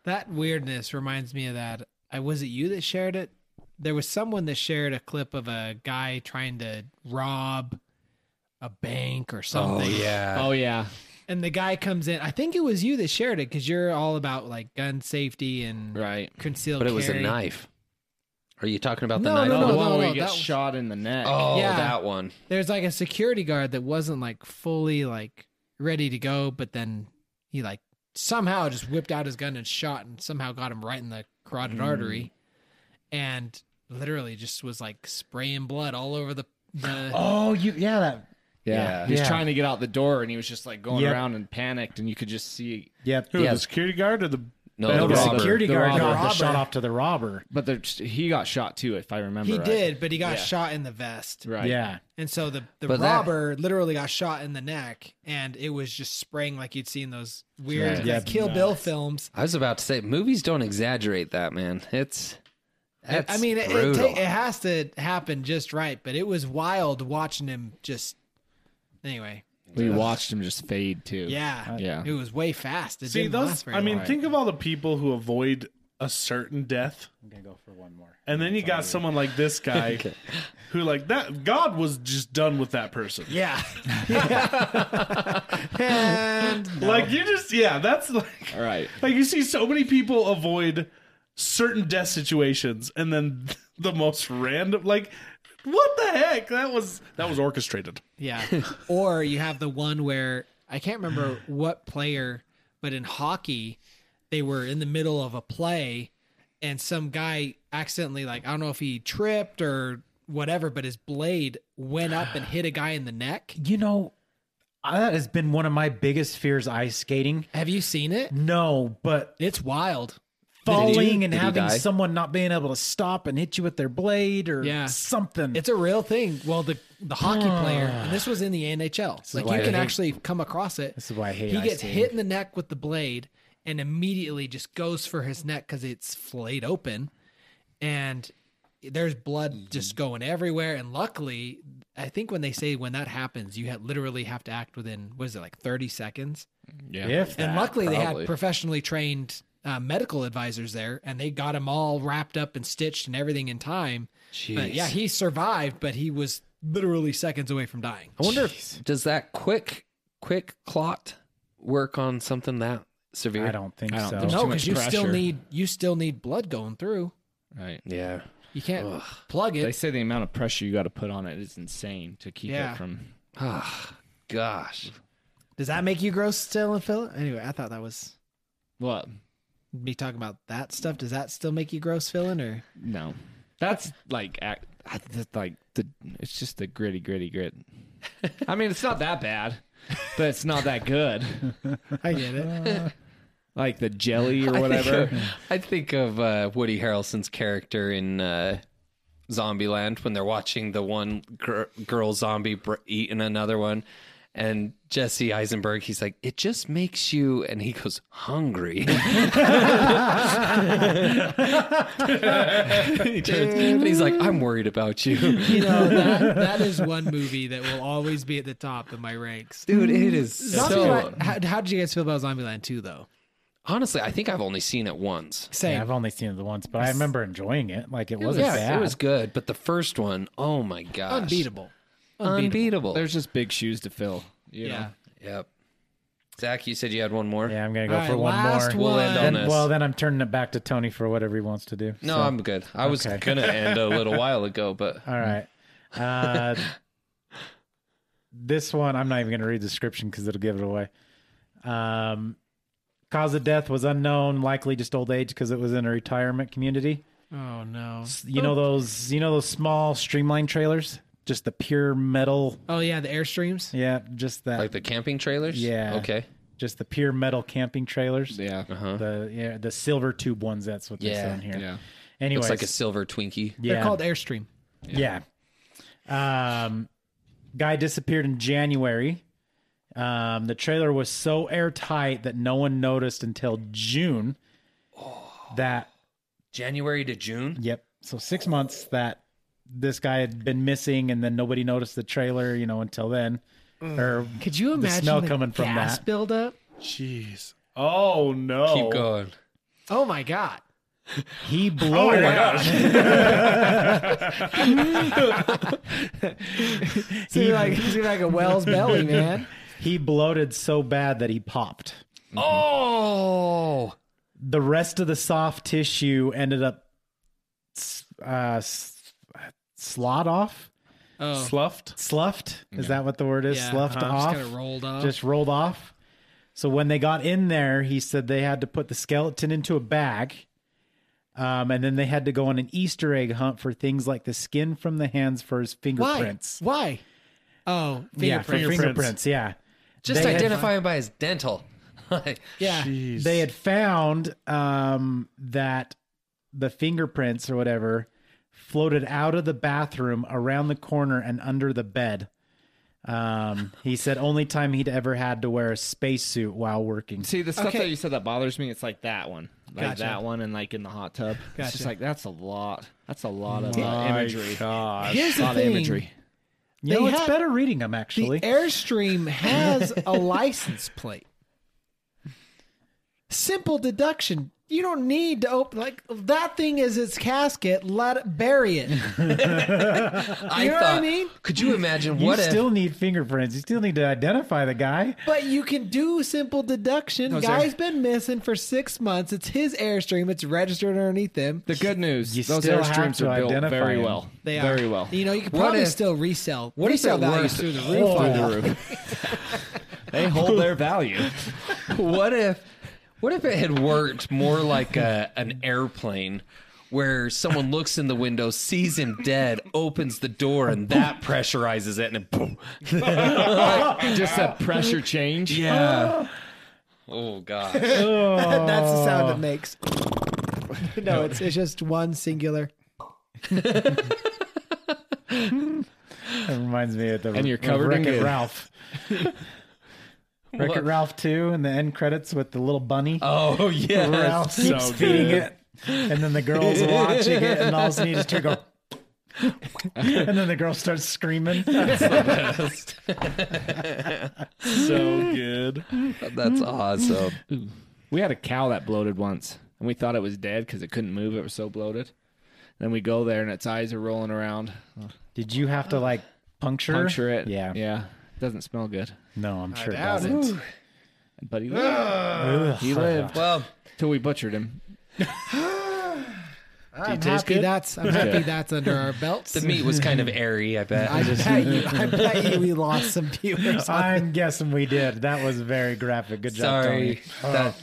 Speaker 5: That weirdness reminds me of that. I was it you that shared it? There was someone that shared a clip of a guy trying to rob a bank or something.
Speaker 1: yeah.
Speaker 5: [LAUGHS]
Speaker 4: Oh yeah.
Speaker 5: And the guy comes in. I think it was you that shared it because you're all about like gun safety and
Speaker 4: Right.
Speaker 5: concealed
Speaker 1: But it was a
Speaker 5: carry.
Speaker 1: knife. Are you talking about the
Speaker 5: No,
Speaker 1: knife?
Speaker 5: no,
Speaker 4: Oh,
Speaker 1: one?
Speaker 4: the one
Speaker 5: no,
Speaker 4: where
Speaker 5: no,
Speaker 4: you get
Speaker 5: that was-
Speaker 4: shot in the neck.
Speaker 1: Oh,
Speaker 5: Yeah.
Speaker 1: that one.
Speaker 5: There's like a security guard that wasn't like fully like ready to go, but then he like somehow just whipped out his gun and shot and somehow got him right in the carotid artery and literally just was like spraying blood all over the, the
Speaker 3: Oh, you yeah that.
Speaker 4: Yeah.
Speaker 1: Yeah.
Speaker 4: He was
Speaker 3: Yeah.
Speaker 4: trying to get out the door and he was just like going
Speaker 3: Yep.
Speaker 4: around and panicked and you could just see
Speaker 3: Yep.
Speaker 2: Who,
Speaker 1: Yeah.
Speaker 2: the security guard or the
Speaker 1: No,
Speaker 2: Well,
Speaker 1: the
Speaker 3: The
Speaker 1: robber.
Speaker 3: security
Speaker 4: The
Speaker 3: guard
Speaker 4: robber.
Speaker 3: got the
Speaker 4: Robber.
Speaker 3: shot off to the robber.
Speaker 4: but there, he got shot too if I remember
Speaker 5: he
Speaker 4: right.
Speaker 5: did, but he got
Speaker 4: Yeah.
Speaker 5: shot in the vest.
Speaker 4: Right.
Speaker 3: Yeah.
Speaker 5: And so the, the
Speaker 1: But that-
Speaker 5: robber literally got shot in the neck and it was just spraying like you'd see in those weird
Speaker 3: Yeah.
Speaker 5: like, Kill Bill films.
Speaker 1: I was about to say, movies don't exaggerate that, man. It's. That's
Speaker 5: I mean, it, it,
Speaker 1: brutal.
Speaker 5: ta- it has to happen just right, but it was wild watching him just. Anyway,
Speaker 4: We watched him just fade too.
Speaker 5: yeah,
Speaker 4: Yeah.
Speaker 5: it was way fast. It
Speaker 2: See
Speaker 5: didn't
Speaker 2: those?
Speaker 5: last very
Speaker 2: I mean,
Speaker 5: long.
Speaker 2: think of all the people who avoid a certain death,
Speaker 3: I'm gonna go for one more.
Speaker 2: and then you got someone like this [LAUGHS] guy, who like that God was just done with that person. [LAUGHS]
Speaker 5: yeah, [LAUGHS]
Speaker 2: Like you just yeah, that's like
Speaker 4: All right.
Speaker 2: like you see so many people avoid certain death situations, and then [LAUGHS] the most random like. What the heck? That was that was orchestrated. [LAUGHS]
Speaker 5: yeah. or you have the one where I can't
Speaker 1: [SIGHS]
Speaker 5: remember what player, but in hockey, they were in the middle of a play, and some guy accidentally, like I don't know if he tripped or whatever, but his blade went
Speaker 1: [SIGHS]
Speaker 5: up and hit a guy in the neck.
Speaker 3: You know, that has been one of my biggest fears ice skating.
Speaker 5: Have you seen it?
Speaker 3: No, but
Speaker 5: It's wild.
Speaker 3: falling and
Speaker 1: Did he
Speaker 3: having
Speaker 1: die?
Speaker 3: someone not being able to stop and hit you with their blade or
Speaker 5: Yeah.
Speaker 3: something.
Speaker 5: It's a real thing. Well, the the hockey
Speaker 3: Ah.
Speaker 5: player, and this was in the NHL. like
Speaker 1: why
Speaker 5: you
Speaker 1: I
Speaker 5: can
Speaker 1: hate-
Speaker 5: actually come across it.
Speaker 3: this is why I hate
Speaker 5: He
Speaker 3: ice
Speaker 5: gets
Speaker 3: skating.
Speaker 5: hit in the neck with the blade, and immediately just goes for his neck because it's flayed open, and there's
Speaker 3: Mm-hmm.
Speaker 5: blood just going everywhere. And luckily, I think when they say when that happens, you ha- literally have to act within what is it like 30 seconds.
Speaker 4: Yeah.
Speaker 3: If
Speaker 5: And
Speaker 3: that.
Speaker 5: luckily, they
Speaker 1: probably.
Speaker 5: had professionally trained uh, medical advisors there, and they got him all wrapped up and stitched and everything in time. But yeah, he survived, but he was literally seconds away from dying.
Speaker 1: I wonder if does that quick quick clot work on something that severe?
Speaker 3: I don't think
Speaker 4: I don't
Speaker 3: so.
Speaker 4: think
Speaker 5: No,
Speaker 4: too much
Speaker 5: because you still
Speaker 4: pressure.
Speaker 5: need you still need blood going through.
Speaker 4: Right.
Speaker 1: Yeah.
Speaker 5: You can't plug
Speaker 4: They
Speaker 5: it.
Speaker 4: say the amount of pressure you got to put on it is insane to keep
Speaker 5: Yeah.
Speaker 4: it from.
Speaker 1: Ah, gosh.
Speaker 5: Does that make you gross still and Phil? Anyway, I thought that was
Speaker 4: What?
Speaker 5: me talking about that stuff. Does that still make you gross feeling or
Speaker 4: No. That's like act. I- That's like the. It's just the gritty, gritty [LAUGHS] grit. I mean, it's not that bad, but it's not that good.
Speaker 5: I get it.
Speaker 4: [LAUGHS] like the jelly or whatever.
Speaker 1: I think of uh, Woody Harrelson's character in uh, Zombieland when they're watching the one gr- girl zombie br- eating another one. And Jesse Eisenberg, he's like, it just makes you, and he goes, hungry. [LAUGHS] he turns, and he's like, I'm worried about you.
Speaker 5: You [LAUGHS] know, that, that is one movie that will always be at the top of my ranks.
Speaker 1: Dude, it is so.
Speaker 5: Zombieland, how, how did you guys feel about Zombieland 2, though?
Speaker 1: Honestly, I think I've only seen it once.
Speaker 5: Same.
Speaker 3: Yeah, I've only seen it the once, but I remember enjoying it. Like it, wasn't
Speaker 1: yeah,
Speaker 3: bad.
Speaker 1: it was good, but the first one, oh my gosh.
Speaker 5: unbeatable.
Speaker 1: Unbeatable.
Speaker 4: There's just big shoes to fill. You
Speaker 5: Yeah.
Speaker 4: know?
Speaker 1: Yep. Zach, you said you had one more.
Speaker 3: yeah, I'm gonna go
Speaker 5: All right,
Speaker 3: for one
Speaker 5: last
Speaker 3: more.
Speaker 1: We'll end on
Speaker 5: one.
Speaker 3: Then-
Speaker 1: this.
Speaker 3: well, then I'm turning it back to Tony for whatever he wants to do.
Speaker 1: no,
Speaker 3: So,
Speaker 1: I'm good. I was
Speaker 3: Okay.
Speaker 1: gonna end a
Speaker 3: [LAUGHS]
Speaker 1: little while ago, but
Speaker 3: all right. Uh, this one I'm not even gonna read the description because it'll give it away. Um, cause of death was unknown, likely just old age because it was in a retirement community.
Speaker 5: Oh, no.
Speaker 3: You know those, you know those small streamline trailers, just the pure metal.
Speaker 5: Oh, yeah, the Airstreams.
Speaker 3: Yeah, just that.
Speaker 1: like the camping trailers.
Speaker 3: Yeah.
Speaker 1: Okay. Uh-huh.
Speaker 3: just the pure metal camping trailers.
Speaker 4: Yeah.
Speaker 3: The yeah, the silver tube ones. That's what they
Speaker 1: Yeah,
Speaker 3: say in here.
Speaker 4: Yeah.
Speaker 3: Anyways,
Speaker 1: Looks like a silver Twinkie.
Speaker 3: yeah,
Speaker 5: They're called Airstream.
Speaker 3: yeah. Um, guy disappeared in January. Um, the trailer was so airtight that no one noticed until June. That
Speaker 1: January to June.
Speaker 3: yep, so six months that this guy had been missing, and then nobody noticed the trailer. You know, until then. Or
Speaker 5: Could you imagine
Speaker 3: the smell coming from
Speaker 5: gas
Speaker 3: that?
Speaker 5: buildup?
Speaker 2: Jeez. Oh no.
Speaker 1: Keep going.
Speaker 5: Oh my god!
Speaker 3: He blew oh it. [LAUGHS]
Speaker 5: It's gonna be like it's gonna be like a whale's belly, man.
Speaker 3: He bloated so bad that he popped.
Speaker 1: Oh.
Speaker 3: the rest of the soft tissue ended up s- uh, s- slot off,
Speaker 5: Oh,
Speaker 2: Sluffed.
Speaker 3: sloughed. Is that what the word is?
Speaker 5: Yeah,
Speaker 3: sloughed
Speaker 5: uh-huh.
Speaker 3: off,
Speaker 5: Just kinda rolled off.
Speaker 3: just rolled off. So when they got in there, he said they had to put the skeleton into a bag, um, and then they had to go on an Easter egg hunt for things like the skin from the hands for his
Speaker 5: why?
Speaker 3: fingerprints.
Speaker 5: Why? Oh,
Speaker 3: Yeah, for
Speaker 5: fingerprints.
Speaker 3: fingerprints. Yeah,
Speaker 1: Just
Speaker 3: They had-
Speaker 1: identify him by his dental. [LAUGHS] Like,
Speaker 5: Yeah,
Speaker 2: Jeez.
Speaker 3: they had found um, that the fingerprints or whatever floated out of the bathroom around the corner and under the bed. Um, he said only time he'd ever had to wear a spacesuit while working.
Speaker 4: See the stuff
Speaker 5: Okay.
Speaker 4: that you said that bothers me. It's like that one, like
Speaker 5: Gotcha.
Speaker 4: that one, and like in the hot tub. It's
Speaker 5: Gotcha.
Speaker 4: just like that's a lot. That's a lot of uh,
Speaker 2: My
Speaker 4: imagery.
Speaker 2: God.
Speaker 5: here's the
Speaker 4: lot of
Speaker 5: thing.
Speaker 4: imagery.
Speaker 3: You know,
Speaker 5: They
Speaker 3: it's
Speaker 5: had-
Speaker 3: better reading them
Speaker 5: The
Speaker 3: actually. [LAUGHS]
Speaker 5: Airstream has a license plate. Simple deduction. You don't need to open like that thing is its casket. Let it bury it.
Speaker 1: I
Speaker 5: You know
Speaker 1: thought.
Speaker 5: what I mean?
Speaker 1: Could you imagine
Speaker 3: you
Speaker 1: what if?
Speaker 3: still need fingerprints. You still need to identify the guy.
Speaker 5: But you can do simple deduction.
Speaker 4: No, sir.
Speaker 5: Guy's been missing for six months. It's his airstream. It's registered underneath him.
Speaker 4: The good news,
Speaker 3: You
Speaker 4: those
Speaker 3: still have
Speaker 4: airstreams
Speaker 3: to
Speaker 4: are built
Speaker 3: identify
Speaker 4: very
Speaker 3: them.
Speaker 4: well.
Speaker 5: They are
Speaker 4: very well.
Speaker 5: You know, you could
Speaker 1: What
Speaker 5: probably
Speaker 1: if-
Speaker 5: still resell.
Speaker 1: what if
Speaker 5: resell
Speaker 1: it
Speaker 5: values
Speaker 1: worth-
Speaker 5: through the roof? on that.
Speaker 4: Oh. [LAUGHS] they hold their value.
Speaker 1: what if what if it had worked more like a, an airplane where someone looks in the window, sees him dead, opens the door, and that pressurizes it, and it boom.
Speaker 4: just that pressure change.
Speaker 1: Yeah. Oh gosh.
Speaker 5: [LAUGHS] That's the sound it makes. no, it's it's just one singular.
Speaker 3: That reminds me of the
Speaker 4: And you're covered in
Speaker 3: Wreck It
Speaker 4: goo.
Speaker 3: Ralph. Wreck It Ralph two and the end credits with the little bunny.
Speaker 1: Oh yeah.
Speaker 3: Ralph keeps
Speaker 2: so
Speaker 3: feeding
Speaker 2: good.
Speaker 3: it, and then the girl's watching it, and all of a sudden you just hear go, and then the girl starts screaming.
Speaker 1: That's,
Speaker 5: [LAUGHS]
Speaker 2: so good.
Speaker 1: that's awesome.
Speaker 4: We had a cow that bloated once, and we thought it was dead because it couldn't move. It was so bloated. Then we go there, and its eyes are rolling around.
Speaker 3: Did you have to like puncture?
Speaker 4: Puncture it.
Speaker 3: Yeah.
Speaker 4: yeah. Doesn't smell good.
Speaker 3: No, I'm sure it
Speaker 5: doubt
Speaker 3: doesn't.
Speaker 4: But he lived
Speaker 3: Ugh.
Speaker 4: He lived.
Speaker 1: Well,
Speaker 4: till we butchered him.
Speaker 5: I'm happy that's I'm happy that's under our belts.
Speaker 1: the meat was kind of airy, I bet.
Speaker 5: I bet you I bet you we lost some viewers.
Speaker 3: I'm guessing we did. That was very graphic. Good job,
Speaker 1: Sorry.
Speaker 3: Tony.
Speaker 1: That,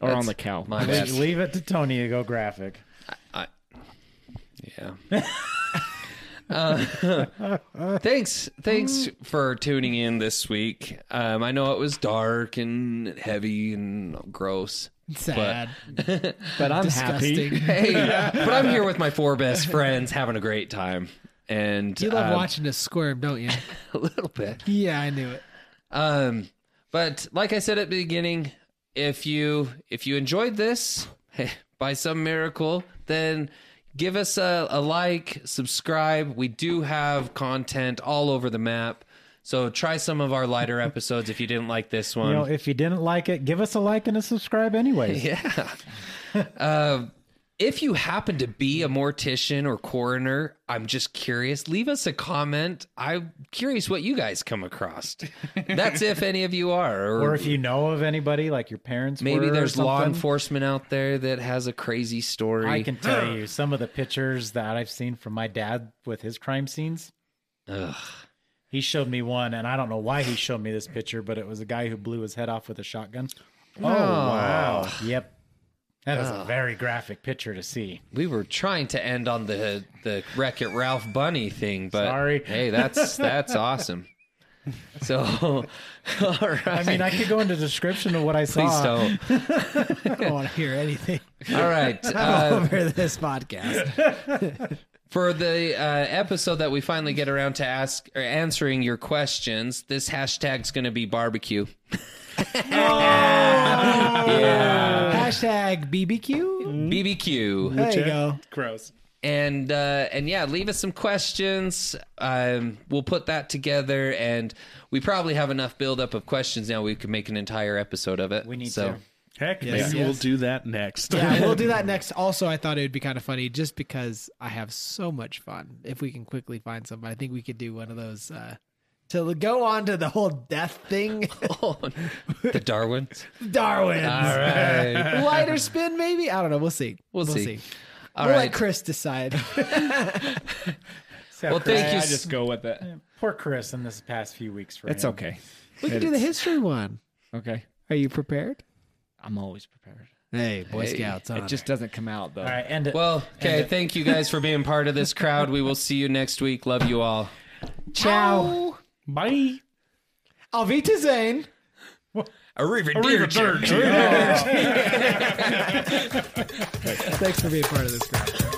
Speaker 4: Or on
Speaker 1: That's
Speaker 4: the cow.
Speaker 1: my
Speaker 3: Le-
Speaker 1: bad.
Speaker 3: Leave, it to Tony to go graphic.
Speaker 1: Yeah. [LAUGHS] Uh, [LAUGHS] thanks, thanks for tuning in this week. Um, I know it was dark and heavy and gross,
Speaker 5: Sad.
Speaker 4: But I'm happy.
Speaker 1: [LAUGHS]
Speaker 5: Disgusting.
Speaker 1: Hey, but I'm here with my four best friends having a great time. And
Speaker 5: You love
Speaker 1: um,
Speaker 5: watching us squirm, don't you?
Speaker 1: [LAUGHS] a little bit.
Speaker 5: yeah, I knew it.
Speaker 1: Um, but like I said at the beginning, if you if you enjoyed this [LAUGHS] hey, by some miracle, then give us a, a like, subscribe. We do have content all over the map. So try some of our
Speaker 3: [LAUGHS]
Speaker 1: lighter episodes if you didn't like this one.
Speaker 3: You know, if you didn't like it, give us a like and a subscribe anyways.
Speaker 1: [LAUGHS] Yeah. uh, if you happen to be a mortician or coroner, I'm just curious. Leave us a comment. I'm curious what you guys come
Speaker 3: [LAUGHS]
Speaker 1: across. That's if any of you are, or,
Speaker 3: Or if you know of anybody, like your parents
Speaker 1: maybe
Speaker 3: were or
Speaker 1: there's law
Speaker 3: something.
Speaker 1: enforcement out there that has a crazy story.
Speaker 3: I can tell you some of the pictures that I've seen from my dad with his crime scenes.
Speaker 1: Ugh.
Speaker 3: He showed me one, and I don't know why he showed me this picture, but it was a guy who blew his head off with a shotgun. Oh, wow. Yep. That is a very graphic picture to see.
Speaker 1: We were trying to end on the the Wreck It Ralph bunny thing, but
Speaker 3: Sorry.
Speaker 1: hey,
Speaker 3: [LAUGHS]
Speaker 1: that's that's awesome. So, [LAUGHS] all right.
Speaker 3: I mean, I could go into description of what I saw.
Speaker 1: please don't.
Speaker 5: I don't want to hear anything
Speaker 1: All right. Uh,
Speaker 5: [LAUGHS] over this podcast.
Speaker 1: for the uh, episode that we finally get around to ask or answering your questions, this hashtag's going to be barbecue. [LAUGHS] yeah,
Speaker 5: Hashtag BBQ.
Speaker 1: BBQ,
Speaker 5: There you go.
Speaker 2: Gross.
Speaker 1: and uh, and yeah, leave us some questions. Um, we'll put that together, and we probably have enough buildup of questions now. We could make an entire episode of it.
Speaker 3: We need
Speaker 1: so.
Speaker 3: to.
Speaker 2: Heck,
Speaker 5: Yes,
Speaker 2: maybe we'll
Speaker 5: yes.
Speaker 2: do that next.
Speaker 1: [LAUGHS]
Speaker 5: Yeah,
Speaker 2: [LAUGHS]
Speaker 5: we'll do that next. Also, I thought it would be kind of funny just because I have so much fun. If we can quickly find somebody, I think we could do one of those. Uh, to go on to the whole death thing, [LAUGHS]
Speaker 1: [LAUGHS] Oh, the Darwins.
Speaker 5: Darwin.
Speaker 1: All right.
Speaker 5: [LAUGHS] Lighter spin, maybe? I don't know. We'll see.
Speaker 1: We'll see. All
Speaker 5: we'll
Speaker 1: right.
Speaker 5: let Chris decide.
Speaker 1: [LAUGHS] Well, thank you.
Speaker 4: I
Speaker 1: s-
Speaker 4: just go with it.
Speaker 3: Poor Chris in this past few weeks for
Speaker 4: It's
Speaker 3: him.
Speaker 4: okay.
Speaker 5: we can do the history one.
Speaker 4: Okay.
Speaker 5: Are you prepared?
Speaker 4: I'm always prepared.
Speaker 5: Hey, Boy
Speaker 1: Hey,
Speaker 5: Scouts.
Speaker 4: It just doesn't come out though.
Speaker 3: All right, end it.
Speaker 1: Well, okay.
Speaker 3: uh,
Speaker 1: Thank you guys for being part of this crowd. We will see you next week. Love you all.
Speaker 5: Ciao.
Speaker 2: Bye.
Speaker 5: Alvita Zane.
Speaker 2: Arriva Dirge.
Speaker 5: Thanks for being part of this, guys.